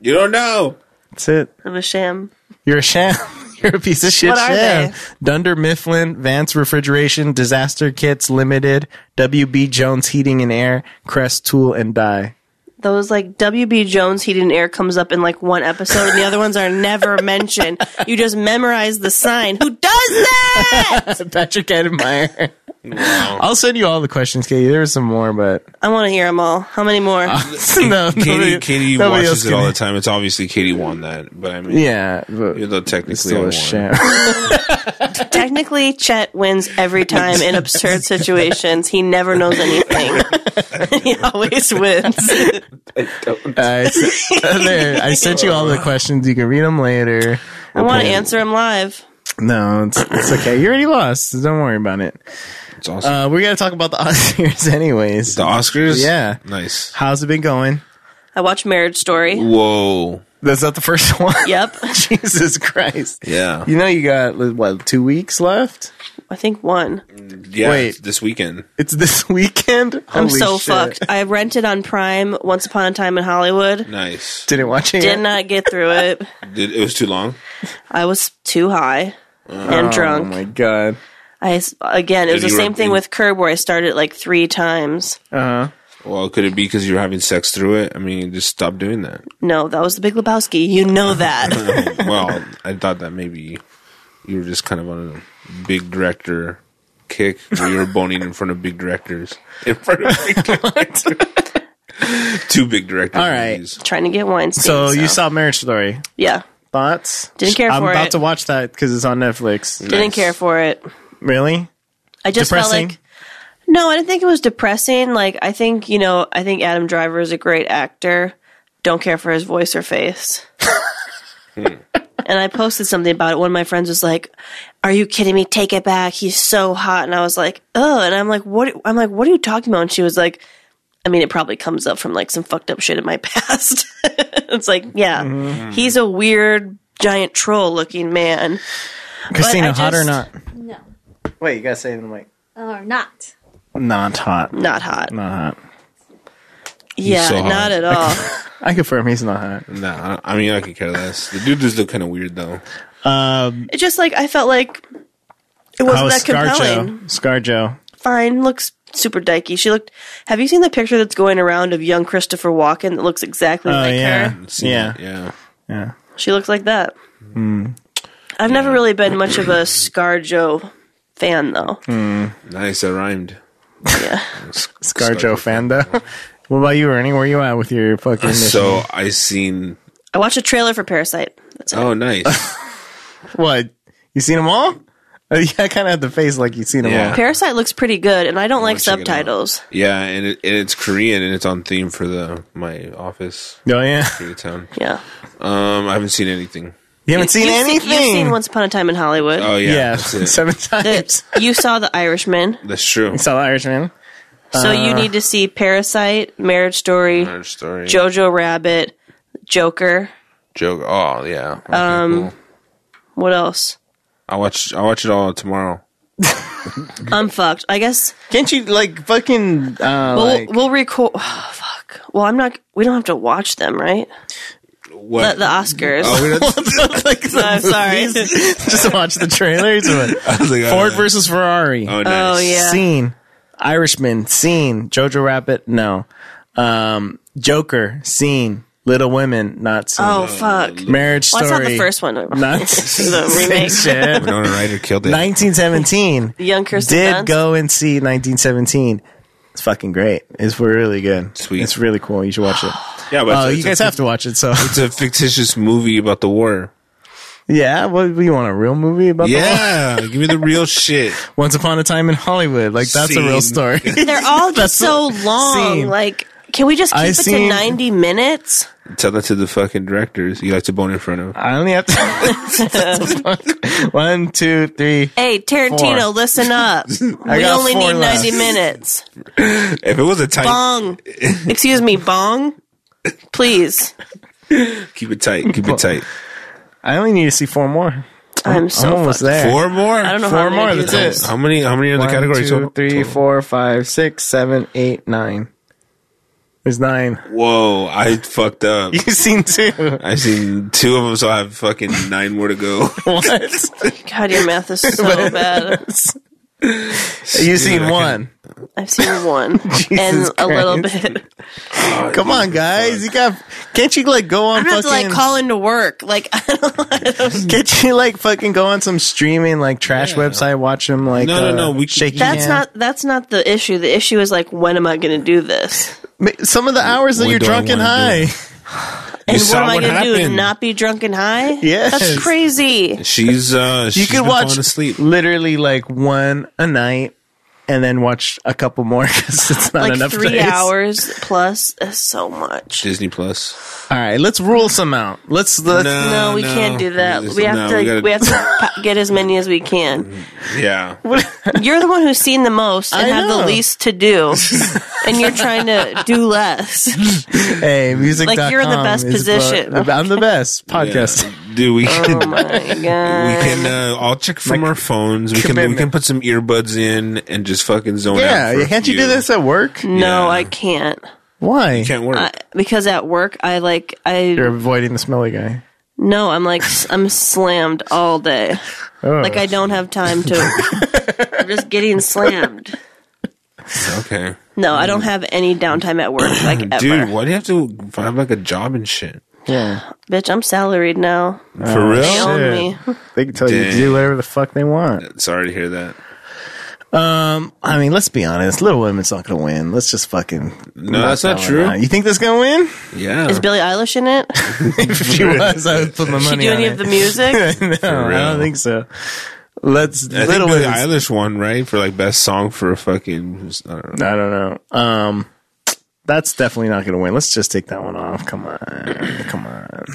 [SPEAKER 1] You don't know.
[SPEAKER 3] That's it.
[SPEAKER 2] I'm a sham.
[SPEAKER 3] You're a sham. (laughs) You're a piece of shit
[SPEAKER 2] What are
[SPEAKER 3] sham.
[SPEAKER 2] they?
[SPEAKER 3] Dunder Mifflin, Vance Refrigeration, Disaster Kits Limited, WB Jones Heating and Air, Crest Tool and Die. (laughs)
[SPEAKER 2] Those like WB Jones Heating and Air comes up in like one episode and the other ones are never (laughs) mentioned. You just memorize the sign. Who does that?
[SPEAKER 3] Patrick Edemeyer. (laughs) I'll send you all the questions, Katie. There were some more, but (laughs)
[SPEAKER 2] I want to hear them all. How many more?
[SPEAKER 3] no,
[SPEAKER 1] Katie,
[SPEAKER 3] nobody-
[SPEAKER 1] Katie
[SPEAKER 3] nobody
[SPEAKER 1] watches
[SPEAKER 3] else
[SPEAKER 1] it all
[SPEAKER 3] can-
[SPEAKER 1] the time. It's obviously Katie won that, but I mean,
[SPEAKER 3] Yeah, but
[SPEAKER 1] even though
[SPEAKER 3] it's
[SPEAKER 1] technically I
[SPEAKER 3] still
[SPEAKER 1] won.
[SPEAKER 3] a sham.
[SPEAKER 2] Technically, Chet wins every time in absurd situations. He never knows anything. (laughs) he always wins.
[SPEAKER 3] (laughs) I, uh, there, I sent you
[SPEAKER 1] (laughs)
[SPEAKER 3] all the questions. You can read them later.
[SPEAKER 2] I want to answer him live.
[SPEAKER 3] No, it's, it's okay. You already lost. So don't worry about it.
[SPEAKER 1] It's awesome.
[SPEAKER 3] Uh, we got to talk about the (laughs) Oscars, anyways.
[SPEAKER 1] the Oscars?
[SPEAKER 3] yeah.
[SPEAKER 1] Nice.
[SPEAKER 3] How's it been going?
[SPEAKER 2] I watch Marriage Story.
[SPEAKER 1] Whoa.
[SPEAKER 3] That's not the first (laughs) one.
[SPEAKER 2] Yep.
[SPEAKER 3] Jesus Christ.
[SPEAKER 1] Yeah.
[SPEAKER 3] You know you got what two weeks left?
[SPEAKER 2] I think one.
[SPEAKER 1] Yeah.
[SPEAKER 3] Wait.
[SPEAKER 1] This weekend.
[SPEAKER 3] It's this (laughs) weekend.
[SPEAKER 2] I'm
[SPEAKER 3] Holy
[SPEAKER 2] so
[SPEAKER 3] shit.
[SPEAKER 2] fucked. I rented on Prime Once Upon a Time in Hollywood.
[SPEAKER 1] Nice.
[SPEAKER 3] Didn't watch it.
[SPEAKER 2] Did
[SPEAKER 3] yet?
[SPEAKER 2] not get through it.
[SPEAKER 1] Did, it was too long.
[SPEAKER 2] I was too high and
[SPEAKER 3] Oh
[SPEAKER 2] drunk.
[SPEAKER 3] my god.
[SPEAKER 2] I s again, it was the
[SPEAKER 1] Did you
[SPEAKER 2] same
[SPEAKER 1] rep-
[SPEAKER 2] thing with Curb where I started like three times.
[SPEAKER 3] Uh huh.
[SPEAKER 1] Well, could it be because you were having sex through it? I mean, just stop doing that.
[SPEAKER 2] No, that was the Big Lebowski. You know
[SPEAKER 3] (laughs)
[SPEAKER 2] that.
[SPEAKER 1] well, I thought that maybe you were just kind of on a big director kick where you were boning in front of big directors. (laughs) In front of big
[SPEAKER 3] (laughs)
[SPEAKER 1] directors. (laughs) Two big directors.
[SPEAKER 3] All right.
[SPEAKER 2] Trying to get Weinstein.
[SPEAKER 3] So you saw Marriage Story.
[SPEAKER 2] Yeah.
[SPEAKER 3] Thoughts?
[SPEAKER 2] Didn't care
[SPEAKER 3] I'm
[SPEAKER 2] for
[SPEAKER 3] about
[SPEAKER 2] it.
[SPEAKER 3] to watch that because it's on Netflix.
[SPEAKER 2] Didn't care for it.
[SPEAKER 3] Really?
[SPEAKER 2] I just felt
[SPEAKER 3] Depressing.
[SPEAKER 2] like no, I didn't think it was depressing. Like I think you know, I think Adam Driver is a great actor. Don't care for his voice or face. and I posted something about it. One of my friends was like, "Are you kidding me? Take it back. He's so hot." And I was like, "Oh," and I'm like, "What?" I'm like, "What are you talking about?" And she was like. I mean, it probably comes up from like some fucked up shit in my (laughs) past. it's like, yeah, he's a weird giant troll looking man.
[SPEAKER 3] Christina,
[SPEAKER 2] I
[SPEAKER 3] hot or
[SPEAKER 2] just-
[SPEAKER 3] not?
[SPEAKER 4] No,
[SPEAKER 3] Wait, you gotta say it in the mic.
[SPEAKER 4] or not.
[SPEAKER 3] Not hot.
[SPEAKER 2] Not hot.
[SPEAKER 3] Not hot.
[SPEAKER 2] yeah,
[SPEAKER 1] so hot.
[SPEAKER 2] not at all.
[SPEAKER 3] I confirm he's not hot.
[SPEAKER 1] Nah, I I mean, I could care less. The dude does look kind of weird, though.
[SPEAKER 3] Um,
[SPEAKER 2] It just like I felt like it wasn't that compelling.
[SPEAKER 3] ScarJo? ScarJo.
[SPEAKER 2] Fine, looks super dykey. She looked. Have you seen the picture that's going around of young Christopher Walken that looks exactly
[SPEAKER 3] Oh
[SPEAKER 2] like
[SPEAKER 3] yeah.
[SPEAKER 2] her?
[SPEAKER 1] See,
[SPEAKER 3] yeah,
[SPEAKER 1] Yeah.
[SPEAKER 3] yeah.
[SPEAKER 2] She looks like that.
[SPEAKER 3] Hmm.
[SPEAKER 2] I've never really been much of a ScarJo fan though.
[SPEAKER 3] Hmm.
[SPEAKER 1] Nice. That rhymed.
[SPEAKER 2] Yeah,
[SPEAKER 3] ScarJo fan though. (laughs) what about you, Ernie? Where you at with your fucking?
[SPEAKER 1] So I seen.
[SPEAKER 3] (laughs)
[SPEAKER 2] I watched a trailer for Parasite. That's it.
[SPEAKER 1] Oh, nice.
[SPEAKER 3] what? You seen them all? (laughs) yeah, I kind of had the face like you've seen them
[SPEAKER 1] Yeah.
[SPEAKER 3] all.
[SPEAKER 2] Parasite looks pretty good, and I don't like
[SPEAKER 1] check it out.
[SPEAKER 2] subtitles.
[SPEAKER 1] Yeah, and, it, and it's Korean and it's on theme for the my office
[SPEAKER 3] Oh yeah,
[SPEAKER 1] Koreatown.
[SPEAKER 2] Yeah,
[SPEAKER 1] Um, I haven't seen anything.
[SPEAKER 3] you haven't seen
[SPEAKER 2] You've
[SPEAKER 3] anything.
[SPEAKER 2] you've seen Once Upon a Time in Hollywood.
[SPEAKER 1] Oh yeah,
[SPEAKER 3] yeah,
[SPEAKER 1] that's
[SPEAKER 3] (laughs)
[SPEAKER 1] it.
[SPEAKER 3] seven times.
[SPEAKER 2] That- you saw The Irishman,
[SPEAKER 1] That's true.
[SPEAKER 3] (laughs) You saw the Irishman.
[SPEAKER 2] so
[SPEAKER 3] Uh.
[SPEAKER 2] you need to see Parasite, Marriage Story,
[SPEAKER 1] Another story.
[SPEAKER 2] Jojo Rabbit, Joker.
[SPEAKER 1] Joke. Oh yeah. um,
[SPEAKER 2] What else?
[SPEAKER 1] I watch. I watch it all tomorrow.
[SPEAKER 2] I'm fucked. I guess
[SPEAKER 3] Can't you like fucking? Uh,
[SPEAKER 2] we'll (laughs)
[SPEAKER 3] like, (laughs)
[SPEAKER 2] we'll record. (sighs) Oh, fuck. Well, I'm not. We don't have to watch them, right? The,
[SPEAKER 1] What?
[SPEAKER 2] the Oscars.
[SPEAKER 1] Oh,
[SPEAKER 3] (laughs)
[SPEAKER 1] we don't-
[SPEAKER 3] like
[SPEAKER 2] I'm sorry.
[SPEAKER 3] (laughs) just watch the trailers.
[SPEAKER 1] (laughs) I was like, oh,
[SPEAKER 3] Ford
[SPEAKER 1] yeah.
[SPEAKER 3] versus Ferrari.
[SPEAKER 1] Oh,
[SPEAKER 2] oh
[SPEAKER 1] nice.
[SPEAKER 2] yeah.
[SPEAKER 3] Scene. Irishman. Scene. Jojo Rabbit. No. Um, Joker. Scene. Little Women. Not seen.
[SPEAKER 2] oh fuck.
[SPEAKER 3] Marriage
[SPEAKER 2] Well, that's
[SPEAKER 3] Story.
[SPEAKER 2] not the first one. (laughs)
[SPEAKER 3] (laughs) Not (laughs)
[SPEAKER 2] the remake.
[SPEAKER 3] Shit. (laughs)
[SPEAKER 1] Winona Ryder killed it.
[SPEAKER 2] (laughs)
[SPEAKER 3] 1917.
[SPEAKER 2] Young Kirsten
[SPEAKER 3] Did
[SPEAKER 2] Dunst?
[SPEAKER 3] go and see 1917. It's fucking great. It's really good.
[SPEAKER 1] Sweet.
[SPEAKER 3] It's really cool. You should watch (sighs) it.
[SPEAKER 1] Yeah, but
[SPEAKER 3] Oh,
[SPEAKER 1] it's-
[SPEAKER 3] you
[SPEAKER 1] it's
[SPEAKER 3] guys
[SPEAKER 1] a,
[SPEAKER 3] have to watch it. So
[SPEAKER 1] It's a fictitious movie about the war.
[SPEAKER 3] (laughs) yeah, what you want a real movie about? the
[SPEAKER 1] (laughs)
[SPEAKER 3] war?
[SPEAKER 1] Yeah, give me the real shit.
[SPEAKER 3] (laughs) Once upon a time in Hollywood. Like that's a real
[SPEAKER 1] Scene.
[SPEAKER 3] (laughs) story.
[SPEAKER 2] They're all just so long.
[SPEAKER 3] Scene.
[SPEAKER 2] Like, can we just keep
[SPEAKER 3] I
[SPEAKER 2] it
[SPEAKER 3] seen-
[SPEAKER 2] to 90 minutes?
[SPEAKER 1] Tell that to the fucking directors. You like to bone in front of.
[SPEAKER 3] I only have to. (laughs) One, two, three.
[SPEAKER 2] Hey, Tarantino,
[SPEAKER 3] Four.
[SPEAKER 2] listen up.
[SPEAKER 3] (laughs) I
[SPEAKER 2] we
[SPEAKER 3] got
[SPEAKER 2] only
[SPEAKER 3] four
[SPEAKER 2] need
[SPEAKER 3] left.
[SPEAKER 2] 90 minutes.
[SPEAKER 1] If it was a tight,
[SPEAKER 2] Bong. Excuse me, Bong. Please.
[SPEAKER 1] keep it tight. Keep
[SPEAKER 3] (laughs)
[SPEAKER 1] it tight.
[SPEAKER 3] I only need to see four more.
[SPEAKER 2] I'm
[SPEAKER 3] I'm
[SPEAKER 2] so
[SPEAKER 3] almost
[SPEAKER 2] fucked.
[SPEAKER 3] there.
[SPEAKER 1] Four more.
[SPEAKER 2] I don't know
[SPEAKER 3] Four
[SPEAKER 2] how I'm
[SPEAKER 3] more,
[SPEAKER 2] gonna do
[SPEAKER 3] that's
[SPEAKER 2] this.
[SPEAKER 3] it.
[SPEAKER 1] How many? How many are the
[SPEAKER 3] Eh. One,
[SPEAKER 1] categories?
[SPEAKER 3] two,
[SPEAKER 1] total?
[SPEAKER 3] three, four, five, six, seven, eight, nine. There's nine.
[SPEAKER 1] Whoa! I fucked
[SPEAKER 3] (laughs)
[SPEAKER 1] up.
[SPEAKER 3] You've seen two.
[SPEAKER 1] I seen two of them, so I have fucking nine more to
[SPEAKER 3] (laughs)
[SPEAKER 1] go.
[SPEAKER 3] What?
[SPEAKER 2] God, your math is
[SPEAKER 3] (laughs)
[SPEAKER 2] so bad.
[SPEAKER 3] You've seen
[SPEAKER 1] I
[SPEAKER 3] one.
[SPEAKER 2] I've seen one
[SPEAKER 3] (laughs)
[SPEAKER 2] and a little bit.
[SPEAKER 3] Come on, guys. You got. Can't you like go on
[SPEAKER 2] I'm gonna have to
[SPEAKER 3] fucking?
[SPEAKER 2] like call into work. Like, (laughs) I don't.
[SPEAKER 3] can't you like fucking go on some streaming like trash website? Watch them like.
[SPEAKER 1] No, no,
[SPEAKER 3] uh,
[SPEAKER 1] no, we-
[SPEAKER 3] shaky
[SPEAKER 2] That's
[SPEAKER 3] Hand.
[SPEAKER 2] not. That's not the issue. The issue is like, when am I gonna do this?
[SPEAKER 3] Ma- Some of the hours that
[SPEAKER 1] When
[SPEAKER 3] you're
[SPEAKER 1] do I
[SPEAKER 3] drunk and
[SPEAKER 1] wanna do
[SPEAKER 3] high.
[SPEAKER 1] it?
[SPEAKER 2] And what
[SPEAKER 1] saw
[SPEAKER 2] am I
[SPEAKER 1] what
[SPEAKER 2] gonna do?
[SPEAKER 1] happened.
[SPEAKER 2] Not be drunk and high?
[SPEAKER 3] Yes.
[SPEAKER 2] that's crazy.
[SPEAKER 1] She's uh,
[SPEAKER 3] (laughs) you
[SPEAKER 1] she's
[SPEAKER 3] could
[SPEAKER 1] been
[SPEAKER 3] watch
[SPEAKER 1] falling asleep.
[SPEAKER 3] literally like one a night and then watch a couple more (laughs) because (laughs) it's not
[SPEAKER 2] Like
[SPEAKER 3] enough
[SPEAKER 2] three
[SPEAKER 3] days.
[SPEAKER 2] hours plus is so much.
[SPEAKER 1] Disney Plus.
[SPEAKER 3] all right let's rule some out let's let's
[SPEAKER 2] No, we
[SPEAKER 1] no.
[SPEAKER 2] can't do that.
[SPEAKER 1] This-
[SPEAKER 2] we have
[SPEAKER 1] no,
[SPEAKER 2] to.
[SPEAKER 1] we
[SPEAKER 2] We,
[SPEAKER 1] gotta-
[SPEAKER 2] have
[SPEAKER 3] (laughs)
[SPEAKER 2] to pa- get as many as we can. (laughs)
[SPEAKER 1] Yeah,
[SPEAKER 2] You're the one who's seen the most and
[SPEAKER 3] I
[SPEAKER 2] have
[SPEAKER 3] know.
[SPEAKER 2] the least to
[SPEAKER 3] (laughs)
[SPEAKER 2] do, and you're trying to do less.
[SPEAKER 3] hey music
[SPEAKER 2] Like, you're in the best position.
[SPEAKER 3] i'm the
[SPEAKER 2] (laughs)
[SPEAKER 3] best podcast
[SPEAKER 1] Yeah. dude. We can
[SPEAKER 2] Oh my god!
[SPEAKER 1] we can uh, all check from our phones. We can we
[SPEAKER 3] commitment.
[SPEAKER 1] can put some earbuds in and just fucking zone
[SPEAKER 3] yeah,
[SPEAKER 1] out. for a
[SPEAKER 3] can't you
[SPEAKER 1] few.
[SPEAKER 3] do this at work
[SPEAKER 2] no,
[SPEAKER 1] Yeah.
[SPEAKER 2] I can't.
[SPEAKER 3] why
[SPEAKER 1] Can't work.
[SPEAKER 2] I, because at work, I like I
[SPEAKER 3] you're avoiding the smelly guy
[SPEAKER 2] no, I'm like s- I'm slammed all day.
[SPEAKER 3] oh.
[SPEAKER 2] Like I don't have time to. I'm just getting slammed.
[SPEAKER 1] okay,
[SPEAKER 2] No, I don't have any downtime at work, like ever.
[SPEAKER 1] dude. Why do you have to find like a job and shit?
[SPEAKER 3] yeah
[SPEAKER 2] Bitch, I'm salaried now.
[SPEAKER 3] Oh,
[SPEAKER 1] For real?
[SPEAKER 2] They own
[SPEAKER 3] shit.
[SPEAKER 2] me.
[SPEAKER 3] they can tell you to
[SPEAKER 1] Dang.
[SPEAKER 3] do whatever the fuck they want
[SPEAKER 1] Sorry to hear that.
[SPEAKER 3] um i mean let's be honest little women's not gonna win let's just fucking
[SPEAKER 1] No, that's not
[SPEAKER 3] knock that one
[SPEAKER 1] true.
[SPEAKER 3] out. you think that's gonna win (laughs)
[SPEAKER 1] Yeah,
[SPEAKER 2] Is Billie Eilish in it? Does
[SPEAKER 3] if she was, I would put my
[SPEAKER 2] she
[SPEAKER 3] money
[SPEAKER 2] do
[SPEAKER 3] on
[SPEAKER 2] any
[SPEAKER 3] it.
[SPEAKER 2] of the music?
[SPEAKER 3] no, (laughs) I don't
[SPEAKER 1] real.
[SPEAKER 3] think so. Let's
[SPEAKER 1] I
[SPEAKER 3] little
[SPEAKER 1] think Billie
[SPEAKER 3] Women's-
[SPEAKER 1] Eilish won right for like best song for a fucking. I don't know.
[SPEAKER 3] I don't know. Um, that's definitely not going to win. Let's just take that one off. Come on, come on. (laughs)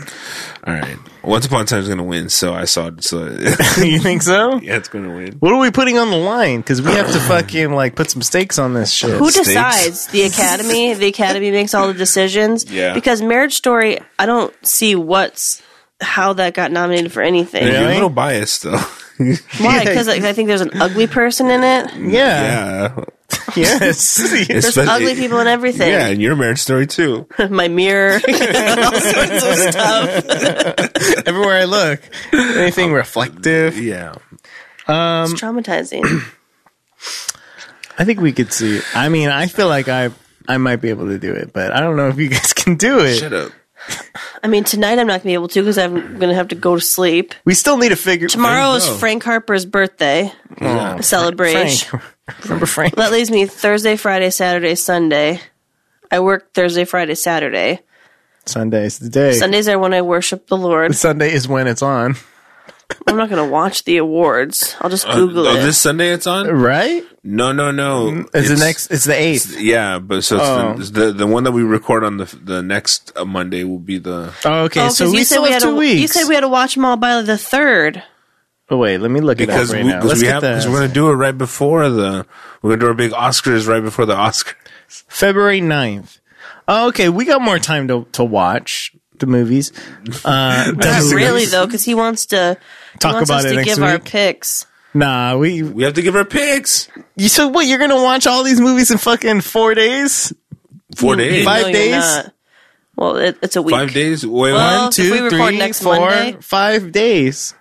[SPEAKER 1] All right, Once Upon a Time is gonna win, so I saw. it, So (laughs)
[SPEAKER 3] you think so?
[SPEAKER 1] yeah, it's gonna win.
[SPEAKER 3] What are we putting on the line? Because we have to fucking like put some stakes on this shit.
[SPEAKER 2] Who
[SPEAKER 1] Stakes.
[SPEAKER 2] decides? The Academy. The Academy makes all the decisions.
[SPEAKER 1] Yeah.
[SPEAKER 2] Because Marriage Story, I don't see what's how that got nominated for anything.
[SPEAKER 1] You're a
[SPEAKER 3] Really?
[SPEAKER 1] little biased though. (laughs)
[SPEAKER 2] Why? Because I think there's an ugly person in it.
[SPEAKER 3] Yeah.
[SPEAKER 1] yeah,
[SPEAKER 3] (laughs) Yes.
[SPEAKER 2] There's
[SPEAKER 1] Especially-
[SPEAKER 2] ugly people in everything.
[SPEAKER 1] yeah, and your marriage story too.
[SPEAKER 2] (laughs) My mirror. (laughs)
[SPEAKER 3] (laughs)
[SPEAKER 2] all sorts of stuff.
[SPEAKER 3] Everywhere I look, anything reflective.
[SPEAKER 1] Yeah,
[SPEAKER 3] Um,
[SPEAKER 2] It's traumatizing. (clears throat)
[SPEAKER 3] I think we could see. I mean, I feel like I I might be able to do it, but I don't know if you (laughs) guys can do it.
[SPEAKER 1] shut up.
[SPEAKER 2] I mean, tonight I'm not going to be able to because I'm going to have to go to sleep.
[SPEAKER 3] We still need to figure
[SPEAKER 2] Tomorrow
[SPEAKER 1] you
[SPEAKER 2] is
[SPEAKER 1] go.
[SPEAKER 2] Frank Harper's birthday
[SPEAKER 1] Yeah.
[SPEAKER 2] celebration.
[SPEAKER 3] Frank. Remember (laughs) Frank?
[SPEAKER 2] That leaves me Thursday, Friday, Saturday, Sunday. I work Thursday, Friday, Saturday.
[SPEAKER 3] Sunday's the day. (laughs)
[SPEAKER 2] Sundays are when I worship the Lord.
[SPEAKER 3] Sunday is when it's on.
[SPEAKER 2] I'm not gonna watch the awards. I'll
[SPEAKER 3] Uh,
[SPEAKER 2] just Google
[SPEAKER 1] oh,
[SPEAKER 2] it.
[SPEAKER 1] this Sunday it's on?
[SPEAKER 3] Right?
[SPEAKER 1] No, no, no.
[SPEAKER 3] It's, the next. It's the eighth.
[SPEAKER 1] Yeah, but so it's
[SPEAKER 3] Oh.
[SPEAKER 1] the, the the one that we record on the the next uh, Monday will be the
[SPEAKER 3] Oh, okay,
[SPEAKER 2] Oh, 'cause
[SPEAKER 3] so we
[SPEAKER 2] you said
[SPEAKER 3] still
[SPEAKER 2] we
[SPEAKER 3] have
[SPEAKER 2] had
[SPEAKER 3] two
[SPEAKER 2] to,
[SPEAKER 3] weeks.
[SPEAKER 2] You said we had to watch them all by the third.
[SPEAKER 3] oh, wait, let me look it
[SPEAKER 1] because
[SPEAKER 3] up right
[SPEAKER 1] we,
[SPEAKER 3] now.
[SPEAKER 1] cause
[SPEAKER 3] Let's
[SPEAKER 1] we
[SPEAKER 3] get
[SPEAKER 1] have
[SPEAKER 3] the-
[SPEAKER 1] because we're gonna do it right before the we're gonna do our big Oscars right before the Oscar.
[SPEAKER 3] February 9th. Oh, okay, we got more time to, to watch the movies. Uh,
[SPEAKER 2] (laughs) Not
[SPEAKER 3] doesn't-
[SPEAKER 2] really though, because he wants to he
[SPEAKER 3] Talk
[SPEAKER 2] wants
[SPEAKER 3] about
[SPEAKER 2] us
[SPEAKER 3] it
[SPEAKER 2] to
[SPEAKER 3] next
[SPEAKER 2] give our
[SPEAKER 3] week.
[SPEAKER 2] picks.
[SPEAKER 3] Nah, we.
[SPEAKER 1] We have to give our picks
[SPEAKER 3] You said what? You're gonna watch all these movies in fucking four days?
[SPEAKER 1] four days,
[SPEAKER 3] Five
[SPEAKER 2] No, you're
[SPEAKER 3] days?
[SPEAKER 2] not. Well, it, it's a week.
[SPEAKER 1] five days. Wait,
[SPEAKER 2] Well-
[SPEAKER 1] what?
[SPEAKER 2] if we record next Monday?
[SPEAKER 3] five days.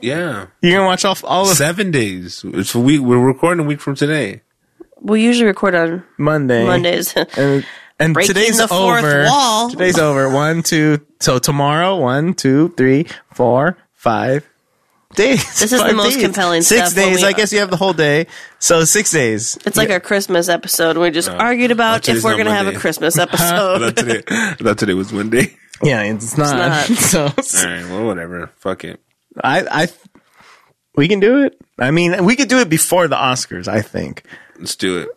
[SPEAKER 1] Yeah,
[SPEAKER 3] You're gonna watch all all of
[SPEAKER 1] seven days. It's a week. We're recording a week from today.
[SPEAKER 2] We usually record on
[SPEAKER 3] Monday.
[SPEAKER 2] Mondays. (laughs)
[SPEAKER 3] And, and
[SPEAKER 2] Breaking
[SPEAKER 3] today's
[SPEAKER 2] the fourth
[SPEAKER 3] over.
[SPEAKER 2] wall.
[SPEAKER 3] Today's over. One, two. So tomorrow, one, two, three, four, five days.
[SPEAKER 2] This is
[SPEAKER 3] Five
[SPEAKER 2] the most
[SPEAKER 3] days.
[SPEAKER 2] compelling
[SPEAKER 3] Six
[SPEAKER 2] stuff when
[SPEAKER 3] days.
[SPEAKER 2] we-
[SPEAKER 3] I guess you have the whole day. So six days.
[SPEAKER 2] it's like our Christmas episode. We just argued about
[SPEAKER 1] today's
[SPEAKER 2] if we're
[SPEAKER 1] not
[SPEAKER 2] gonna have
[SPEAKER 1] Monday.
[SPEAKER 2] a
[SPEAKER 3] (laughs)
[SPEAKER 2] Christmas
[SPEAKER 1] I thought
[SPEAKER 2] episode.
[SPEAKER 1] today, (laughs) I thought today was Monday.
[SPEAKER 3] Yeah, it's not.
[SPEAKER 2] not.
[SPEAKER 3] (laughs) so
[SPEAKER 1] All right, well, whatever. Fuck it.
[SPEAKER 3] I, I, we can do it. I mean, we could do it before the Oscars. I think,
[SPEAKER 1] Let's do it.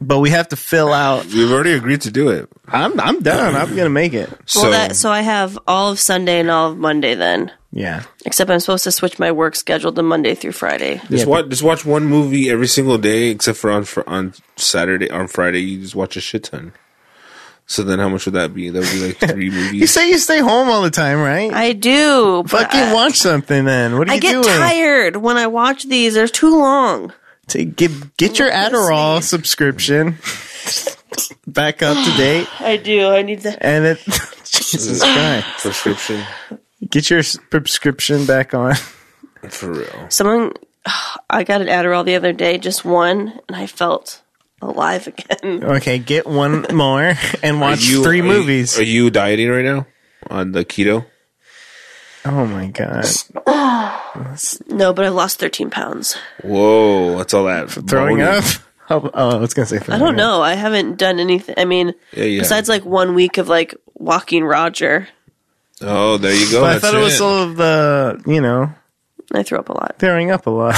[SPEAKER 3] but we have to fill out.
[SPEAKER 1] We've already agreed to do it.
[SPEAKER 3] I'm I'm done. I'm gonna make it.
[SPEAKER 1] So,
[SPEAKER 2] well, that so I have all of Sunday and all of Monday then.
[SPEAKER 3] Yeah.
[SPEAKER 2] Except I'm supposed to switch my work schedule to Monday through Friday.
[SPEAKER 1] Just
[SPEAKER 3] Yeah,
[SPEAKER 1] watch just watch one movie every single day except for on for on Saturday on Friday you just watch a shit ton. So then how much would that be? That would be
[SPEAKER 3] (laughs)
[SPEAKER 1] like three
[SPEAKER 3] You
[SPEAKER 1] movies.
[SPEAKER 3] say you stay home all the time, right?
[SPEAKER 2] I do. but
[SPEAKER 3] Fucking
[SPEAKER 2] I,
[SPEAKER 3] watch something then. What are
[SPEAKER 2] I
[SPEAKER 3] you
[SPEAKER 2] get
[SPEAKER 3] doing?
[SPEAKER 2] tired when I watch these. They're too long.
[SPEAKER 3] To get get your Adderall subscription back up to date,
[SPEAKER 2] I do. I need that.
[SPEAKER 3] and it
[SPEAKER 2] (sighs)
[SPEAKER 3] (laughs) Jesus Christ,
[SPEAKER 1] Prescription
[SPEAKER 3] get your s- prescription back on.
[SPEAKER 1] for real.
[SPEAKER 2] Someone, (sighs) I got an Adderall the other day, just one, and I felt alive (laughs) again.
[SPEAKER 3] Okay, get one more and watch
[SPEAKER 1] You-
[SPEAKER 3] three
[SPEAKER 1] are you-
[SPEAKER 3] movies.
[SPEAKER 1] are you dieting right now on the keto?
[SPEAKER 3] oh my god,
[SPEAKER 2] No, but I've lost 13 pounds.
[SPEAKER 1] Whoa, that's all that
[SPEAKER 3] throwing
[SPEAKER 1] boning.
[SPEAKER 3] up. Oh, oh, I was gonna say.
[SPEAKER 2] I
[SPEAKER 3] throwing
[SPEAKER 2] don't
[SPEAKER 3] up.
[SPEAKER 2] know. I haven't done anything. I mean,
[SPEAKER 1] Yeah, yeah.
[SPEAKER 2] besides like one week of like walking Roger,
[SPEAKER 1] Oh, there you go.
[SPEAKER 3] But I
[SPEAKER 1] that's
[SPEAKER 3] thought it was
[SPEAKER 1] it.
[SPEAKER 3] all of the you know
[SPEAKER 2] I throw up a lot.
[SPEAKER 3] throwing up a lot,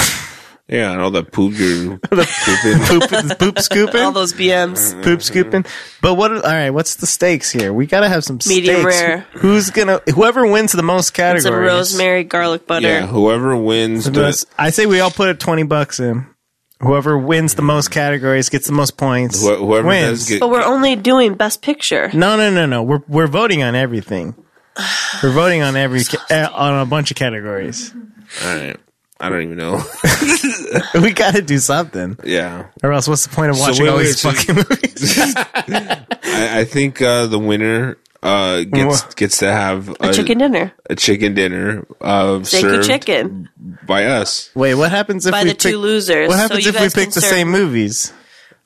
[SPEAKER 3] (laughs)
[SPEAKER 1] yeah, and all the poop you're pooping.
[SPEAKER 3] poop, poop scooping,
[SPEAKER 2] All those BMs.
[SPEAKER 1] Mm-hmm.
[SPEAKER 3] poop scooping. But what? All right, what's the stakes here? We gotta have some
[SPEAKER 2] Medium
[SPEAKER 3] stakes.
[SPEAKER 2] rare.
[SPEAKER 3] Who's gonna? Whoever wins the most categories.
[SPEAKER 2] Some rosemary garlic butter.
[SPEAKER 1] Yeah, whoever wins
[SPEAKER 3] The
[SPEAKER 1] the-
[SPEAKER 3] most- I say we all put it twenty bucks in. Whoever wins the most categories gets the most points.
[SPEAKER 1] wh- Mm-hmm. whoever
[SPEAKER 3] wins.
[SPEAKER 1] does get
[SPEAKER 2] But we're only doing best picture.
[SPEAKER 3] no, no, no, no. We're we're voting on everything. We're voting on every ca- eh, on a bunch of categories.
[SPEAKER 1] all right. I don't even know. (laughs)
[SPEAKER 3] We got to do something,
[SPEAKER 1] yeah.
[SPEAKER 3] or else what's the point of watching
[SPEAKER 1] wait,
[SPEAKER 3] all
[SPEAKER 1] wait,
[SPEAKER 3] these
[SPEAKER 1] so-
[SPEAKER 3] fucking movies?
[SPEAKER 1] I, I think uh, the winner uh, gets
[SPEAKER 3] What?
[SPEAKER 1] gets to have a,
[SPEAKER 2] Chicken dinner.
[SPEAKER 1] a chicken dinner uh,
[SPEAKER 2] Stinky
[SPEAKER 1] served
[SPEAKER 2] chicken.
[SPEAKER 1] by us.
[SPEAKER 3] Wait, what happens if
[SPEAKER 2] By
[SPEAKER 3] we
[SPEAKER 2] the two
[SPEAKER 3] pick-
[SPEAKER 2] losers.
[SPEAKER 3] What
[SPEAKER 2] So
[SPEAKER 3] happens
[SPEAKER 2] you
[SPEAKER 3] if we
[SPEAKER 2] guys
[SPEAKER 3] pick
[SPEAKER 2] can
[SPEAKER 3] the
[SPEAKER 2] serve-
[SPEAKER 3] same movies?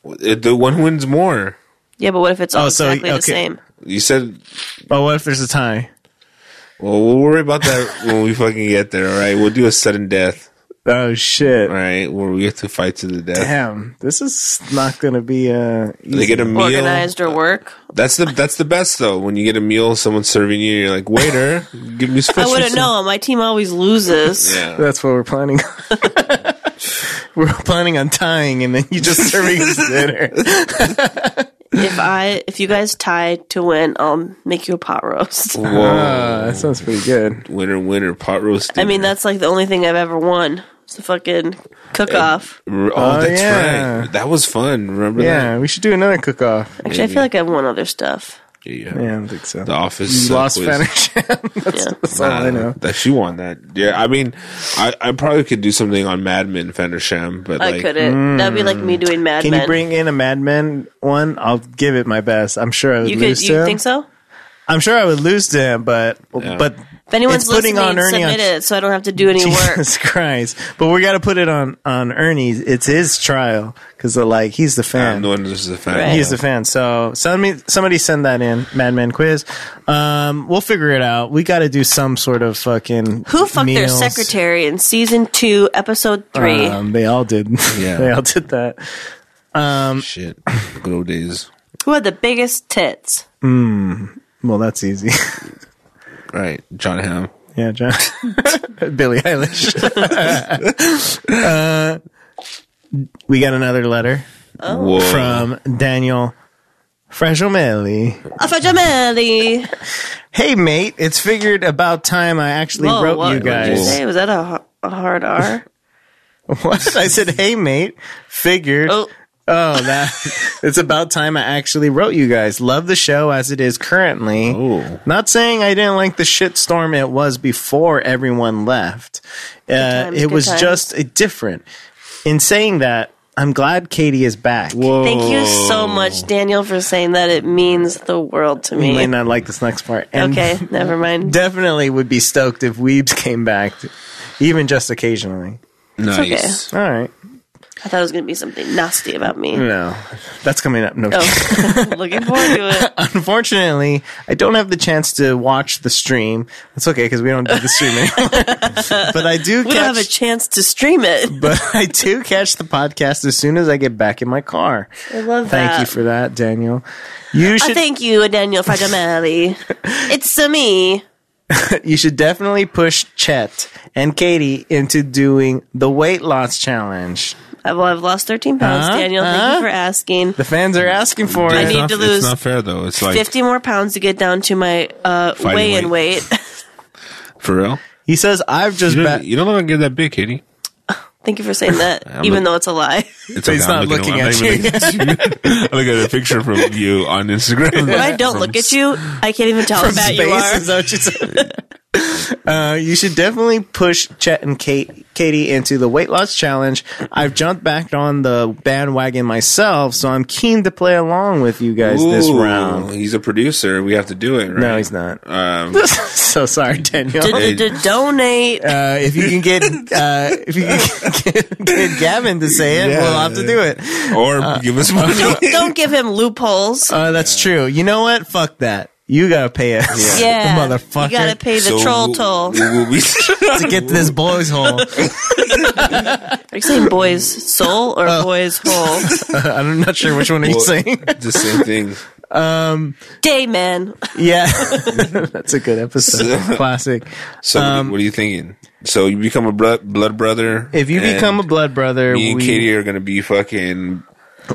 [SPEAKER 1] Uh, The one who wins more.
[SPEAKER 2] Yeah, but what if it's all
[SPEAKER 3] Oh, so-
[SPEAKER 2] exactly
[SPEAKER 3] okay.
[SPEAKER 2] the same?
[SPEAKER 1] You said.
[SPEAKER 3] But Oh, what if there's a tie?
[SPEAKER 1] Well, we'll worry about
[SPEAKER 3] (laughs)
[SPEAKER 1] that when we fucking get there. All right, we'll do a sudden death.
[SPEAKER 3] Oh shit!
[SPEAKER 1] All right, where we have to fight to the death.
[SPEAKER 3] Damn, this is not gonna be uh.
[SPEAKER 1] They
[SPEAKER 3] Easy.
[SPEAKER 1] get a meal.
[SPEAKER 2] Organized
[SPEAKER 3] uh,
[SPEAKER 2] or work?
[SPEAKER 1] That's the that's the best though. When you get a meal, someone's serving you. You're like, waiter, give
[SPEAKER 2] (laughs)
[SPEAKER 1] me
[SPEAKER 2] I
[SPEAKER 1] special.
[SPEAKER 2] wouldn't know. My team always loses.
[SPEAKER 1] Yeah.
[SPEAKER 3] That's what we're planning. on. (laughs) we're planning on tying, and then
[SPEAKER 1] (laughs)
[SPEAKER 3] you just serving us dinner.
[SPEAKER 2] If I, if you guys tie to win, I'll make you a pot roast.
[SPEAKER 1] Whoa.
[SPEAKER 3] Uh, that sounds pretty good.
[SPEAKER 1] winner, winner, pot roast.
[SPEAKER 2] I mean,
[SPEAKER 1] dinner.
[SPEAKER 2] that's like the only thing I've ever won. It's the fucking cook off.
[SPEAKER 1] Oh,
[SPEAKER 3] Oh,
[SPEAKER 1] that's
[SPEAKER 3] yeah.
[SPEAKER 1] right. That was fun. Remember
[SPEAKER 3] Yeah,
[SPEAKER 1] that?
[SPEAKER 3] we should do another cook-off.
[SPEAKER 2] Actually, I feel like I've won other stuff.
[SPEAKER 1] Yeah.
[SPEAKER 3] Yeah, I don't think so.
[SPEAKER 1] The office
[SPEAKER 3] you
[SPEAKER 1] uh,
[SPEAKER 3] lost
[SPEAKER 1] quiz.
[SPEAKER 3] Spanish. that's,
[SPEAKER 2] Yeah.
[SPEAKER 3] that's all (laughs) I
[SPEAKER 1] Uh,
[SPEAKER 3] know.
[SPEAKER 1] That she won that. Yeah, I mean, I, I probably could do something on Mad Men, Fanersham, but
[SPEAKER 2] I
[SPEAKER 1] like,
[SPEAKER 2] couldn't. That'd be like me doing Mad
[SPEAKER 3] hmm. Can
[SPEAKER 2] Men.
[SPEAKER 3] you bring in a Mad Men one? I'll give it my best. I'm sure I would
[SPEAKER 2] You could.
[SPEAKER 3] lose
[SPEAKER 2] You
[SPEAKER 3] to him.
[SPEAKER 2] think so?
[SPEAKER 3] I'm sure I would lose to him, but but
[SPEAKER 2] If anyone's
[SPEAKER 3] It's putting
[SPEAKER 2] listening,
[SPEAKER 3] on Ernie on-
[SPEAKER 2] submit it so I don't have to
[SPEAKER 3] (laughs)
[SPEAKER 2] do any work.
[SPEAKER 3] Jesus Christ! But we got to put it on on Ernie. It's his trial because like he's the
[SPEAKER 1] I'm
[SPEAKER 3] fan.
[SPEAKER 1] the one who's a fan.
[SPEAKER 2] Right.
[SPEAKER 3] He's the fan. So somebody, somebody send that in. Madman quiz. Um, we'll figure it out. We got to do some sort of fucking
[SPEAKER 2] Who fucked
[SPEAKER 3] meals.
[SPEAKER 2] their secretary in season two, episode three?
[SPEAKER 3] Um, they all did.
[SPEAKER 1] Yeah.
[SPEAKER 3] (laughs) they all did that.
[SPEAKER 1] Shit, good old days.
[SPEAKER 2] Who had the biggest tits?
[SPEAKER 3] Well, that's easy. (laughs)
[SPEAKER 1] Right, John Hamm.
[SPEAKER 3] Yeah, John. (laughs) Billie Eilish. (laughs) uh, we got another letter
[SPEAKER 2] Oh.
[SPEAKER 1] Whoa.
[SPEAKER 3] from Daniel Fragomelli.
[SPEAKER 2] Afrajamelli.
[SPEAKER 3] Hey, mate, it's figured about time I actually
[SPEAKER 2] Whoa,
[SPEAKER 3] wrote
[SPEAKER 2] what
[SPEAKER 3] you
[SPEAKER 2] what did you
[SPEAKER 3] guys.
[SPEAKER 2] say? Was that a, h- a hard R?
[SPEAKER 3] What? (laughs) I said, hey, mate, figured.
[SPEAKER 2] oh,
[SPEAKER 3] (laughs) Oh, that (laughs) it's about time I actually wrote you guys. Love the show as it is currently.
[SPEAKER 1] Ooh.
[SPEAKER 3] Not saying I didn't like the shitstorm it was before everyone left. Uh,
[SPEAKER 2] times,
[SPEAKER 3] it
[SPEAKER 2] good
[SPEAKER 3] was
[SPEAKER 2] times.
[SPEAKER 3] just a different. In saying that, I'm glad Katie is back.
[SPEAKER 1] Whoa.
[SPEAKER 2] thank you so much, Daniel, for saying that. It means the world to
[SPEAKER 3] You
[SPEAKER 2] me.
[SPEAKER 3] might not like this next part. And
[SPEAKER 2] Okay, never mind.
[SPEAKER 3] (laughs) Definitely would be stoked if Weebs came back, even just occasionally.
[SPEAKER 1] Nice.
[SPEAKER 3] All right.
[SPEAKER 2] I thought it was going to be something nasty about me.
[SPEAKER 3] No, that's coming up. No.
[SPEAKER 2] Oh, (laughs) looking forward to it.
[SPEAKER 3] Unfortunately, I don't have the chance to watch the stream. That's okay because we don't do the stream anymore.
[SPEAKER 2] (laughs)
[SPEAKER 3] but I do
[SPEAKER 2] We
[SPEAKER 3] catch,
[SPEAKER 2] don't have a chance to stream it.
[SPEAKER 3] but I do catch the podcast as soon as I get back in my car.
[SPEAKER 2] I love
[SPEAKER 3] Thank
[SPEAKER 2] that.
[SPEAKER 3] you for that, Daniel. You
[SPEAKER 2] I
[SPEAKER 3] should
[SPEAKER 2] Uh, thank you, Daniel Fajamelli. it's a me.
[SPEAKER 3] you should definitely push Chet and Katie into doing the weight loss challenge.
[SPEAKER 2] I've, well, I've lost 13 pounds,
[SPEAKER 3] Huh?
[SPEAKER 2] Daniel. Thank
[SPEAKER 3] Huh?
[SPEAKER 2] you for asking.
[SPEAKER 3] The fans are asking for
[SPEAKER 2] I
[SPEAKER 3] it.
[SPEAKER 1] It's
[SPEAKER 2] need
[SPEAKER 1] not-
[SPEAKER 2] to lose
[SPEAKER 1] It's not fair though. It's like
[SPEAKER 2] 50 more pounds to get down to my uh,
[SPEAKER 1] Fighting
[SPEAKER 2] weigh-in weight. (laughs)
[SPEAKER 1] for real.
[SPEAKER 3] He says I've just
[SPEAKER 1] You
[SPEAKER 3] ba-
[SPEAKER 1] don't, you don't look get that big, Katie.
[SPEAKER 2] Thank you for saying that,
[SPEAKER 1] I'm
[SPEAKER 2] even
[SPEAKER 1] a-
[SPEAKER 2] though it's a lie. (laughs)
[SPEAKER 1] It's
[SPEAKER 3] He's not
[SPEAKER 1] I'm
[SPEAKER 3] looking
[SPEAKER 1] I'm
[SPEAKER 3] at
[SPEAKER 1] not even looking at you.
[SPEAKER 3] (laughs)
[SPEAKER 1] (laughs) I look at a picture from you on Instagram.
[SPEAKER 2] When I don't look at you, I can't even tell how fat you
[SPEAKER 3] space,
[SPEAKER 2] are.
[SPEAKER 3] is that what you said? Uh, you should definitely push Chet and Kate, Katie into the weight loss challenge. I've jumped back on the bandwagon myself, so I'm keen to play along with you guys this
[SPEAKER 1] Ooh,
[SPEAKER 3] round.
[SPEAKER 1] He's a producer. We have to do it, right?
[SPEAKER 3] No, he's not. (laughs)
[SPEAKER 1] Um,
[SPEAKER 3] so sorry, Daniel.
[SPEAKER 2] Donate.
[SPEAKER 3] Uh, if you can get uh, if you can get, get Gavin to say it,
[SPEAKER 1] Yeah.
[SPEAKER 3] we'll have to do it.
[SPEAKER 1] or give
[SPEAKER 3] (laughs)
[SPEAKER 1] us money.
[SPEAKER 2] Don't, (laughs) don't give him loopholes.
[SPEAKER 3] Uh, that's true. You know what? Fuck that. You gotta pay us,
[SPEAKER 2] yeah,
[SPEAKER 3] motherfucker.
[SPEAKER 2] You gotta pay the
[SPEAKER 1] So (laughs)
[SPEAKER 2] troll toll.
[SPEAKER 1] we will
[SPEAKER 3] (laughs)
[SPEAKER 1] be-
[SPEAKER 3] to get to this boy's
[SPEAKER 2] (laughs)
[SPEAKER 3] hole. (laughs)
[SPEAKER 2] Are you saying boys soul or
[SPEAKER 3] Oh.
[SPEAKER 2] boys
[SPEAKER 3] (laughs)
[SPEAKER 2] hole?
[SPEAKER 3] I'm not sure which one are you
[SPEAKER 1] Well,
[SPEAKER 3] saying.
[SPEAKER 1] the same thing.
[SPEAKER 2] Day man.
[SPEAKER 3] Yeah, (laughs) that's a good
[SPEAKER 1] (laughs)
[SPEAKER 3] episode. Classic.
[SPEAKER 1] So, what do you- what are you thinking? So, you become a blood, blood brother.
[SPEAKER 3] Um, If you
[SPEAKER 1] and
[SPEAKER 3] become a blood brother,
[SPEAKER 1] me and
[SPEAKER 3] we-
[SPEAKER 1] Katie are going to be fucking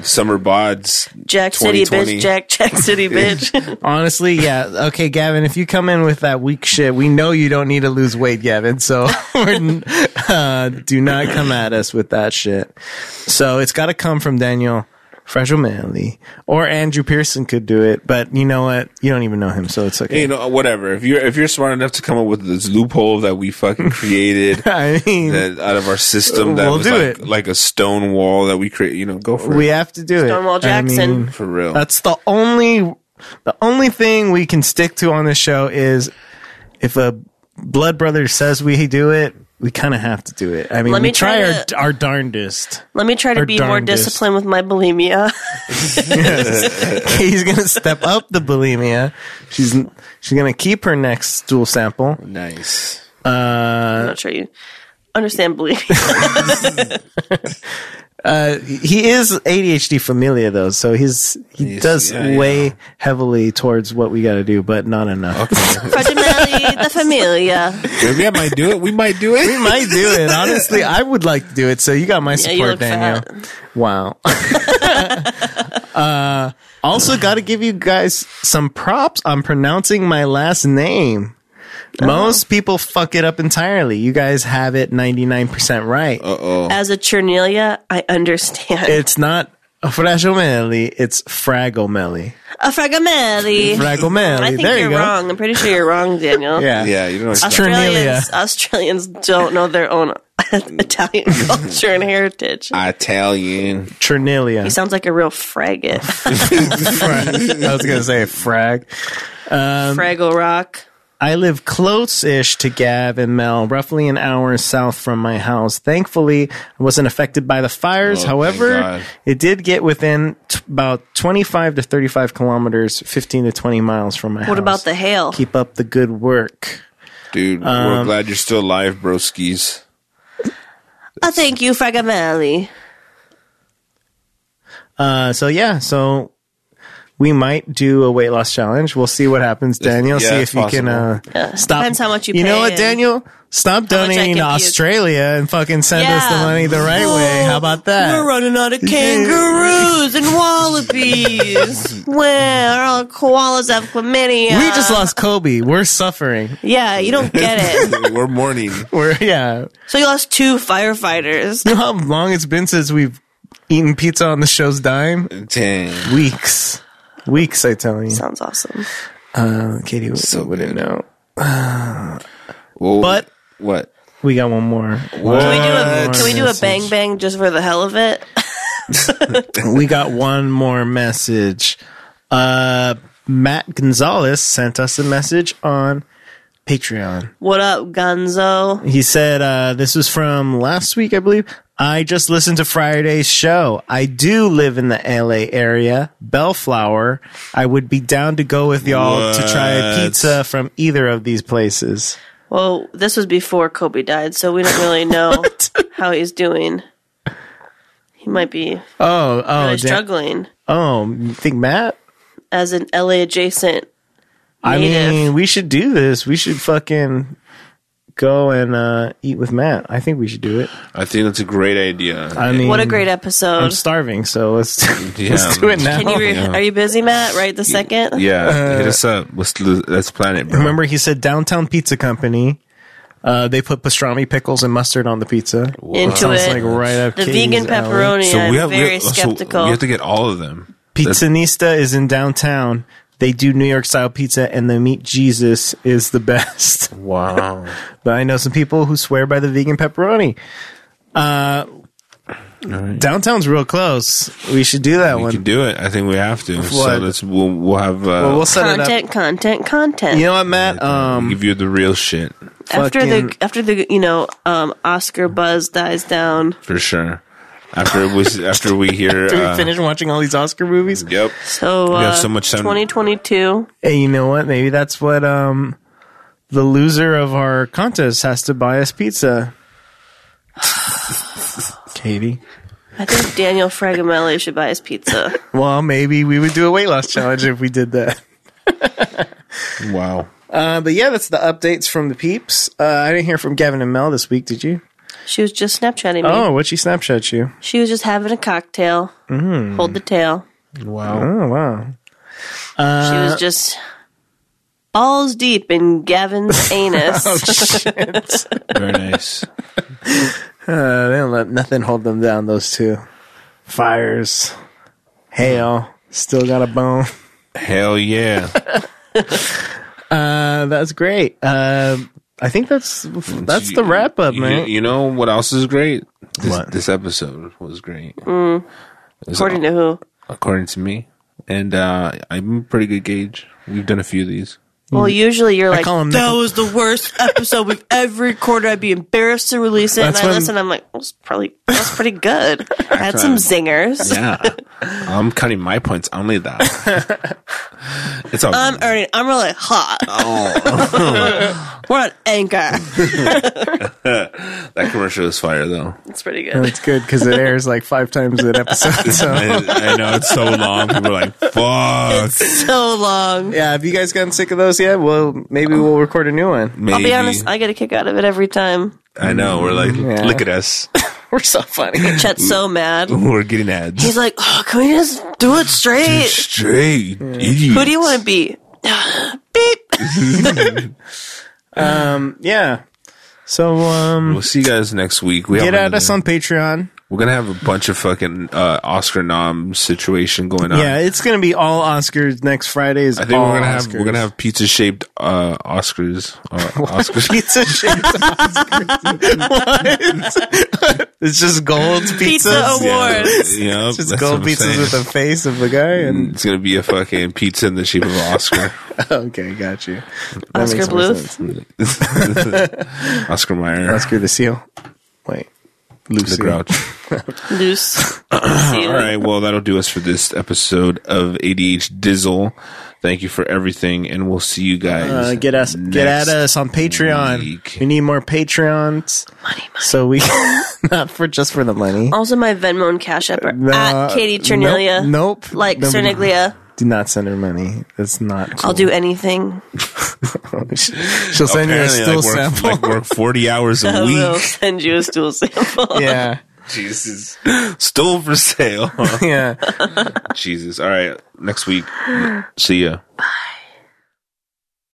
[SPEAKER 1] summer bods.
[SPEAKER 2] Jack City
[SPEAKER 1] 2020.
[SPEAKER 2] bitch. Jack Jack City bitch. (laughs)
[SPEAKER 3] honestly, yeah, okay, Gavin. If you come in with that weak shit, we know you don't need to lose weight, Gavin. So (laughs) we're, n- uh, do not come at us with that shit. So it's got to come from Daniel. Fragile Manley or Andrew Pearson could do it, but you know what? You don't even know him, so it's okay.
[SPEAKER 1] You know, whatever. If you're if you're smart enough to come up with this loophole that we fucking created
[SPEAKER 3] (laughs) I mean,
[SPEAKER 1] that out of our system, that
[SPEAKER 3] We'll
[SPEAKER 1] was
[SPEAKER 3] do
[SPEAKER 1] like,
[SPEAKER 3] it.
[SPEAKER 1] like a stone wall that we create. You know, go for
[SPEAKER 3] we
[SPEAKER 1] it.
[SPEAKER 3] have to do it.
[SPEAKER 2] Stonewall
[SPEAKER 3] I
[SPEAKER 2] Jackson.
[SPEAKER 3] mean,
[SPEAKER 1] For real.
[SPEAKER 3] That's the only the only thing we can stick to on this show is if a blood brother says we do it, we kind of have to do it. I mean,
[SPEAKER 2] Let
[SPEAKER 3] we
[SPEAKER 2] me
[SPEAKER 3] try,
[SPEAKER 2] try
[SPEAKER 3] our, our darndest. (laughs)
[SPEAKER 2] Let me try to
[SPEAKER 3] Or
[SPEAKER 2] be more
[SPEAKER 3] darndest.
[SPEAKER 2] disciplined with my bulimia. (laughs)
[SPEAKER 3] He's gonna step up the bulimia. She's she's gonna keep her next stool sample.
[SPEAKER 1] nice.
[SPEAKER 2] I'm not sure you understand bulimia.
[SPEAKER 3] (laughs) Uh, He is ADHD familiar though, so he's he
[SPEAKER 1] He's-
[SPEAKER 3] does
[SPEAKER 1] yeah,
[SPEAKER 3] weigh heavily towards what we got to do, but not enough.
[SPEAKER 2] Fragimelli, the
[SPEAKER 3] (laughs)
[SPEAKER 2] familia.
[SPEAKER 1] Maybe I might do it. We might do it.
[SPEAKER 3] We might do it. Honestly, I would like to do it. So you got my
[SPEAKER 2] you
[SPEAKER 3] support,
[SPEAKER 2] look fat.
[SPEAKER 3] Daniel. Wow. (laughs) uh, also, got to give you guys some props on pronouncing my last name.
[SPEAKER 2] Uh-huh.
[SPEAKER 3] Most people fuck it up entirely. You guys have it 99% right.
[SPEAKER 2] As a Chernelia, I understand.
[SPEAKER 3] It's not Fragomelli, it's Fragomelli.
[SPEAKER 2] a Fragamelli.
[SPEAKER 3] Fragomelli.
[SPEAKER 2] I think
[SPEAKER 3] there you
[SPEAKER 2] you're
[SPEAKER 3] go.
[SPEAKER 2] wrong. I'm pretty sure you're wrong, Daniel.
[SPEAKER 3] (laughs) Yeah.
[SPEAKER 1] (laughs) Yeah, you don't know.
[SPEAKER 2] Australians, Australians don't know their
[SPEAKER 3] (laughs)
[SPEAKER 2] own Italian culture and heritage.
[SPEAKER 1] Italian.
[SPEAKER 3] Trinilia.
[SPEAKER 2] He sounds like a real fraggot.
[SPEAKER 3] (laughs) I was going to say frag. Um,
[SPEAKER 2] Fraggle Rock.
[SPEAKER 3] I live close ish to Gav and Mel, roughly an hour south from my house. Thankfully, I wasn't affected by the fires.
[SPEAKER 1] Oh, thank
[SPEAKER 3] However,
[SPEAKER 1] God.
[SPEAKER 3] it did get within t- about 25 to 35 kilometers, 15 to 20 miles from my house.
[SPEAKER 2] What about the hail?
[SPEAKER 3] Keep up the good work.
[SPEAKER 1] Dude,
[SPEAKER 3] Um,
[SPEAKER 1] we're glad you're still alive, broskies.
[SPEAKER 2] I thank you, Fragamelli.
[SPEAKER 3] Uh, so, yeah, so we might do a weight loss challenge. We'll see what happens, Daniel.
[SPEAKER 1] yeah,
[SPEAKER 3] see if
[SPEAKER 1] it's
[SPEAKER 3] you can uh,
[SPEAKER 2] Yeah,
[SPEAKER 3] stop.
[SPEAKER 2] depends how much you
[SPEAKER 3] You know
[SPEAKER 2] pay
[SPEAKER 3] what,
[SPEAKER 2] and
[SPEAKER 3] Daniel? Stop
[SPEAKER 2] much I
[SPEAKER 3] donating
[SPEAKER 2] can
[SPEAKER 3] to
[SPEAKER 2] puke.
[SPEAKER 3] Australia and fucking send us the
[SPEAKER 2] Yeah.
[SPEAKER 3] money the right way. How about that?
[SPEAKER 2] We're running
[SPEAKER 3] (laughs)
[SPEAKER 2] out of kangaroos and
[SPEAKER 3] (laughs)
[SPEAKER 2] wallabies. Where all koalas have chlamydia.
[SPEAKER 3] We just lost Kobe. We're suffering.
[SPEAKER 2] Yeah, you don't get
[SPEAKER 3] (laughs)
[SPEAKER 2] it.
[SPEAKER 1] We're mourning.
[SPEAKER 3] We're yeah.
[SPEAKER 2] So you lost two firefighters.
[SPEAKER 3] You know how long it's been since we've eaten pizza on the show's dime?
[SPEAKER 1] (laughs) Dang.
[SPEAKER 3] Weeks. Weeks, I tell you.
[SPEAKER 2] Sounds awesome.
[SPEAKER 3] Uh, Katie would-
[SPEAKER 1] So
[SPEAKER 3] wouldn't
[SPEAKER 1] good.
[SPEAKER 3] know.
[SPEAKER 1] Well,
[SPEAKER 3] But-
[SPEAKER 1] what?
[SPEAKER 3] We got one more.
[SPEAKER 1] What?
[SPEAKER 2] Can we do a,
[SPEAKER 3] What?
[SPEAKER 2] can we do a bang bang just for the hell of it? (laughs)
[SPEAKER 3] we got one more message. Uh, Matt Gonzalez sent us a message on Patreon.
[SPEAKER 2] What up, Gonzo?
[SPEAKER 3] He said, uh, this was from last week, I believe. I just listened to Friday's show. I do live in the LA area, Bellflower. I would be down to go with y'all to try
[SPEAKER 1] What?
[SPEAKER 3] a pizza from either of these places.
[SPEAKER 2] Well, this was before Kobe died, so we don't
[SPEAKER 1] (laughs)
[SPEAKER 2] really know how he's doing. He might be
[SPEAKER 3] Oh, oh,
[SPEAKER 2] really
[SPEAKER 3] da-
[SPEAKER 2] struggling
[SPEAKER 3] oh, you think Matt?
[SPEAKER 2] as an LA adjacent.
[SPEAKER 3] I
[SPEAKER 2] Native.
[SPEAKER 3] mean, we should do this. We should fucking go and uh, eat with Matt. I think we should do it.
[SPEAKER 1] I think that's a great idea.
[SPEAKER 3] I mean,
[SPEAKER 2] What
[SPEAKER 1] Mm.
[SPEAKER 2] a great
[SPEAKER 3] I'm
[SPEAKER 2] episode.
[SPEAKER 3] starving, so let's (laughs)
[SPEAKER 1] Yeah.
[SPEAKER 3] let's do it now.
[SPEAKER 2] Can you re-
[SPEAKER 1] Oh, yeah.
[SPEAKER 2] Are you busy, Matt? Right the second?
[SPEAKER 1] yeah, hit us up. Let's lo- let's plan it, bro.
[SPEAKER 3] Uh, Remember, he said Downtown Pizza Company. Uh, they put pastrami, pickles, and mustard on the pizza.
[SPEAKER 2] Into
[SPEAKER 3] Sounds
[SPEAKER 2] it.
[SPEAKER 3] like right up
[SPEAKER 2] the
[SPEAKER 3] Katie's
[SPEAKER 2] vegan
[SPEAKER 3] alley.
[SPEAKER 2] pepperoni. I'm very
[SPEAKER 1] so
[SPEAKER 2] skeptical.
[SPEAKER 1] we have to get all of them.
[SPEAKER 3] Pizzanista is in downtown. They do New York style pizza, and the meat Jesus is the best. (laughs)
[SPEAKER 1] Wow.
[SPEAKER 3] But I know some people who swear by the vegan pepperoni. Uh, Downtown's real close. We should do that
[SPEAKER 1] we
[SPEAKER 3] one.
[SPEAKER 1] can do it. I think we have to. So
[SPEAKER 3] What?
[SPEAKER 1] let's we'll, we'll have uh,
[SPEAKER 3] well, we'll set it
[SPEAKER 2] content, content,
[SPEAKER 3] up.
[SPEAKER 2] content.
[SPEAKER 3] You know what, Matt? Um,
[SPEAKER 1] give you the real shit
[SPEAKER 2] after the
[SPEAKER 3] fucking-
[SPEAKER 2] after the you know um, Oscar buzz dies down,
[SPEAKER 1] for sure. After we
[SPEAKER 3] (laughs)
[SPEAKER 1] after we hear
[SPEAKER 3] after
[SPEAKER 1] uh,
[SPEAKER 3] we finish watching all these Oscar movies,
[SPEAKER 1] Yep.
[SPEAKER 2] so uh,
[SPEAKER 1] We have so much time.
[SPEAKER 2] 2022.
[SPEAKER 3] Hey, you know what? Maybe that's what um the loser of our contest has to buy us pizza. (sighs) Katie.
[SPEAKER 2] I think Daniel Fragamelli should buy
[SPEAKER 1] (laughs)
[SPEAKER 2] his pizza.
[SPEAKER 3] Well, maybe we would do a weight loss challenge if we did that.
[SPEAKER 1] Wow.
[SPEAKER 3] Uh, but yeah, that's the updates from the peeps. Uh, I didn't hear from Gavin and Mel this week, did you?
[SPEAKER 2] She was just Snapchatting me.
[SPEAKER 3] Oh, what'd she Snapchat you?
[SPEAKER 2] She was just having a cocktail.
[SPEAKER 3] Mm-hmm.
[SPEAKER 2] Hold the tail.
[SPEAKER 1] Wow.
[SPEAKER 3] Oh, wow.
[SPEAKER 2] she
[SPEAKER 3] Uh,
[SPEAKER 2] was just all's deep in
[SPEAKER 3] (laughs)
[SPEAKER 2] Gavin's
[SPEAKER 3] Oh,
[SPEAKER 2] anus.
[SPEAKER 1] Very nice.
[SPEAKER 3] Uh, they don't let nothing hold them down, those two. Fires. Hail. Still got a bone.
[SPEAKER 1] Hell yeah.
[SPEAKER 3] Uh, that's great. Uh, I think that's (laughs) that's
[SPEAKER 1] You-
[SPEAKER 3] the wrap up,
[SPEAKER 1] you-
[SPEAKER 3] man.
[SPEAKER 1] You, know what else is great? This,
[SPEAKER 3] What? Mm.
[SPEAKER 1] this episode was great. It was
[SPEAKER 2] According to who?
[SPEAKER 1] according to me. And uh, I'm a pretty good gauge. We've done a few of
[SPEAKER 3] (laughs)
[SPEAKER 1] these.
[SPEAKER 2] Well, usually you're like,
[SPEAKER 3] Mm. call him
[SPEAKER 2] that
[SPEAKER 3] Nickel-
[SPEAKER 2] was the worst episode we've ever recorded. I'd be embarrassed to release it.
[SPEAKER 3] That's
[SPEAKER 2] and I
[SPEAKER 3] when-
[SPEAKER 2] listen, I'm like, that's probably that's pretty
[SPEAKER 3] (laughs)
[SPEAKER 2] good. I had some zingers.
[SPEAKER 1] Yeah. I'm counting my points only
[SPEAKER 3] (laughs)
[SPEAKER 1] that. it's all
[SPEAKER 3] Um,
[SPEAKER 1] (laughs)
[SPEAKER 2] I'm earning. I'm really hot.
[SPEAKER 1] oh,
[SPEAKER 2] We're on anchor.
[SPEAKER 3] (laughs)
[SPEAKER 1] that commercial is fire though.
[SPEAKER 2] It's pretty
[SPEAKER 3] And
[SPEAKER 2] good.
[SPEAKER 3] it's good because it airs like five times an episode. So
[SPEAKER 1] I, I know it's so long. People are like, "Fuck."
[SPEAKER 2] So long.
[SPEAKER 3] yeah, have you guys gotten sick of those yet? Well, maybe we'll record a new one.
[SPEAKER 1] Maybe.
[SPEAKER 2] I'll be honest. I get a kick out of it every time.
[SPEAKER 1] I know. We're like,
[SPEAKER 3] Yeah.
[SPEAKER 1] look at us. (laughs)
[SPEAKER 3] We're so funny.
[SPEAKER 2] Chet's so mad.
[SPEAKER 1] We're getting ads.
[SPEAKER 2] He's like, oh, can we just do it straight?
[SPEAKER 1] Straight idiot.
[SPEAKER 2] Who do you want to be? (sighs) Beep.
[SPEAKER 3] Um, yeah. So um,
[SPEAKER 1] We'll see you guys next week. We
[SPEAKER 3] get
[SPEAKER 1] have
[SPEAKER 3] at
[SPEAKER 1] another-
[SPEAKER 3] us on Patreon.
[SPEAKER 1] We're gonna have a bunch of fucking uh, Oscar nom situation going on.
[SPEAKER 3] Yeah, it's gonna be all Oscars next Friday. Is
[SPEAKER 1] I think
[SPEAKER 3] all
[SPEAKER 1] we're gonna
[SPEAKER 3] Oscars.
[SPEAKER 1] have we're gonna have pizza shaped uh, Oscars. Uh, Oscars.
[SPEAKER 3] (laughs) pizza shaped Oscars. what? it's just gold pizzas.
[SPEAKER 2] Pizza
[SPEAKER 1] (laughs)
[SPEAKER 2] awards.
[SPEAKER 1] Yeah, yeah,
[SPEAKER 3] Just
[SPEAKER 1] that's
[SPEAKER 3] gold
[SPEAKER 1] what I'm
[SPEAKER 3] pizzas
[SPEAKER 1] saying.
[SPEAKER 3] with the face of the guy. And
[SPEAKER 1] It's gonna be a fucking pizza in the shape of an
[SPEAKER 3] (laughs)
[SPEAKER 1] Oscar. (laughs)
[SPEAKER 3] okay, got you. That
[SPEAKER 2] Oscar
[SPEAKER 3] makes more sense.
[SPEAKER 2] Bluth.
[SPEAKER 1] Oscar Mayer.
[SPEAKER 3] Oscar the Seal. Wait,
[SPEAKER 1] the
[SPEAKER 3] Lucy.
[SPEAKER 1] Grouch.
[SPEAKER 3] (clears throat)
[SPEAKER 2] Loose.
[SPEAKER 1] All right. Well, that'll do us for this episode of ADH Dizzle. Thank you for everything, and we'll see you guys.
[SPEAKER 3] Uh, get us, get at
[SPEAKER 1] next
[SPEAKER 3] us on Patreon.
[SPEAKER 1] week.
[SPEAKER 3] We need more Patreons,
[SPEAKER 2] Money, money. (laughs)
[SPEAKER 3] so we not for just for the money.
[SPEAKER 2] Also, my Venmo and Cash App are
[SPEAKER 3] No, uh,
[SPEAKER 2] at Katie Cernelia.
[SPEAKER 3] Nope. nope.
[SPEAKER 2] Like
[SPEAKER 3] No.
[SPEAKER 2] Cerniglia.
[SPEAKER 3] do not send her money. That's not. Cool.
[SPEAKER 2] I'll do anything.
[SPEAKER 3] (laughs) She'll send you a
[SPEAKER 1] Apparently,
[SPEAKER 3] still
[SPEAKER 1] like, work,
[SPEAKER 3] sample.
[SPEAKER 1] like work 40 hours
[SPEAKER 2] (laughs) I
[SPEAKER 1] a
[SPEAKER 2] will
[SPEAKER 1] week.
[SPEAKER 2] send you a stool
[SPEAKER 3] (laughs)
[SPEAKER 2] sample.
[SPEAKER 3] (laughs) yeah,
[SPEAKER 1] Jesus. (laughs) Stool for sale.
[SPEAKER 3] yeah.
[SPEAKER 1] Jesus. All right. Next week. See ya.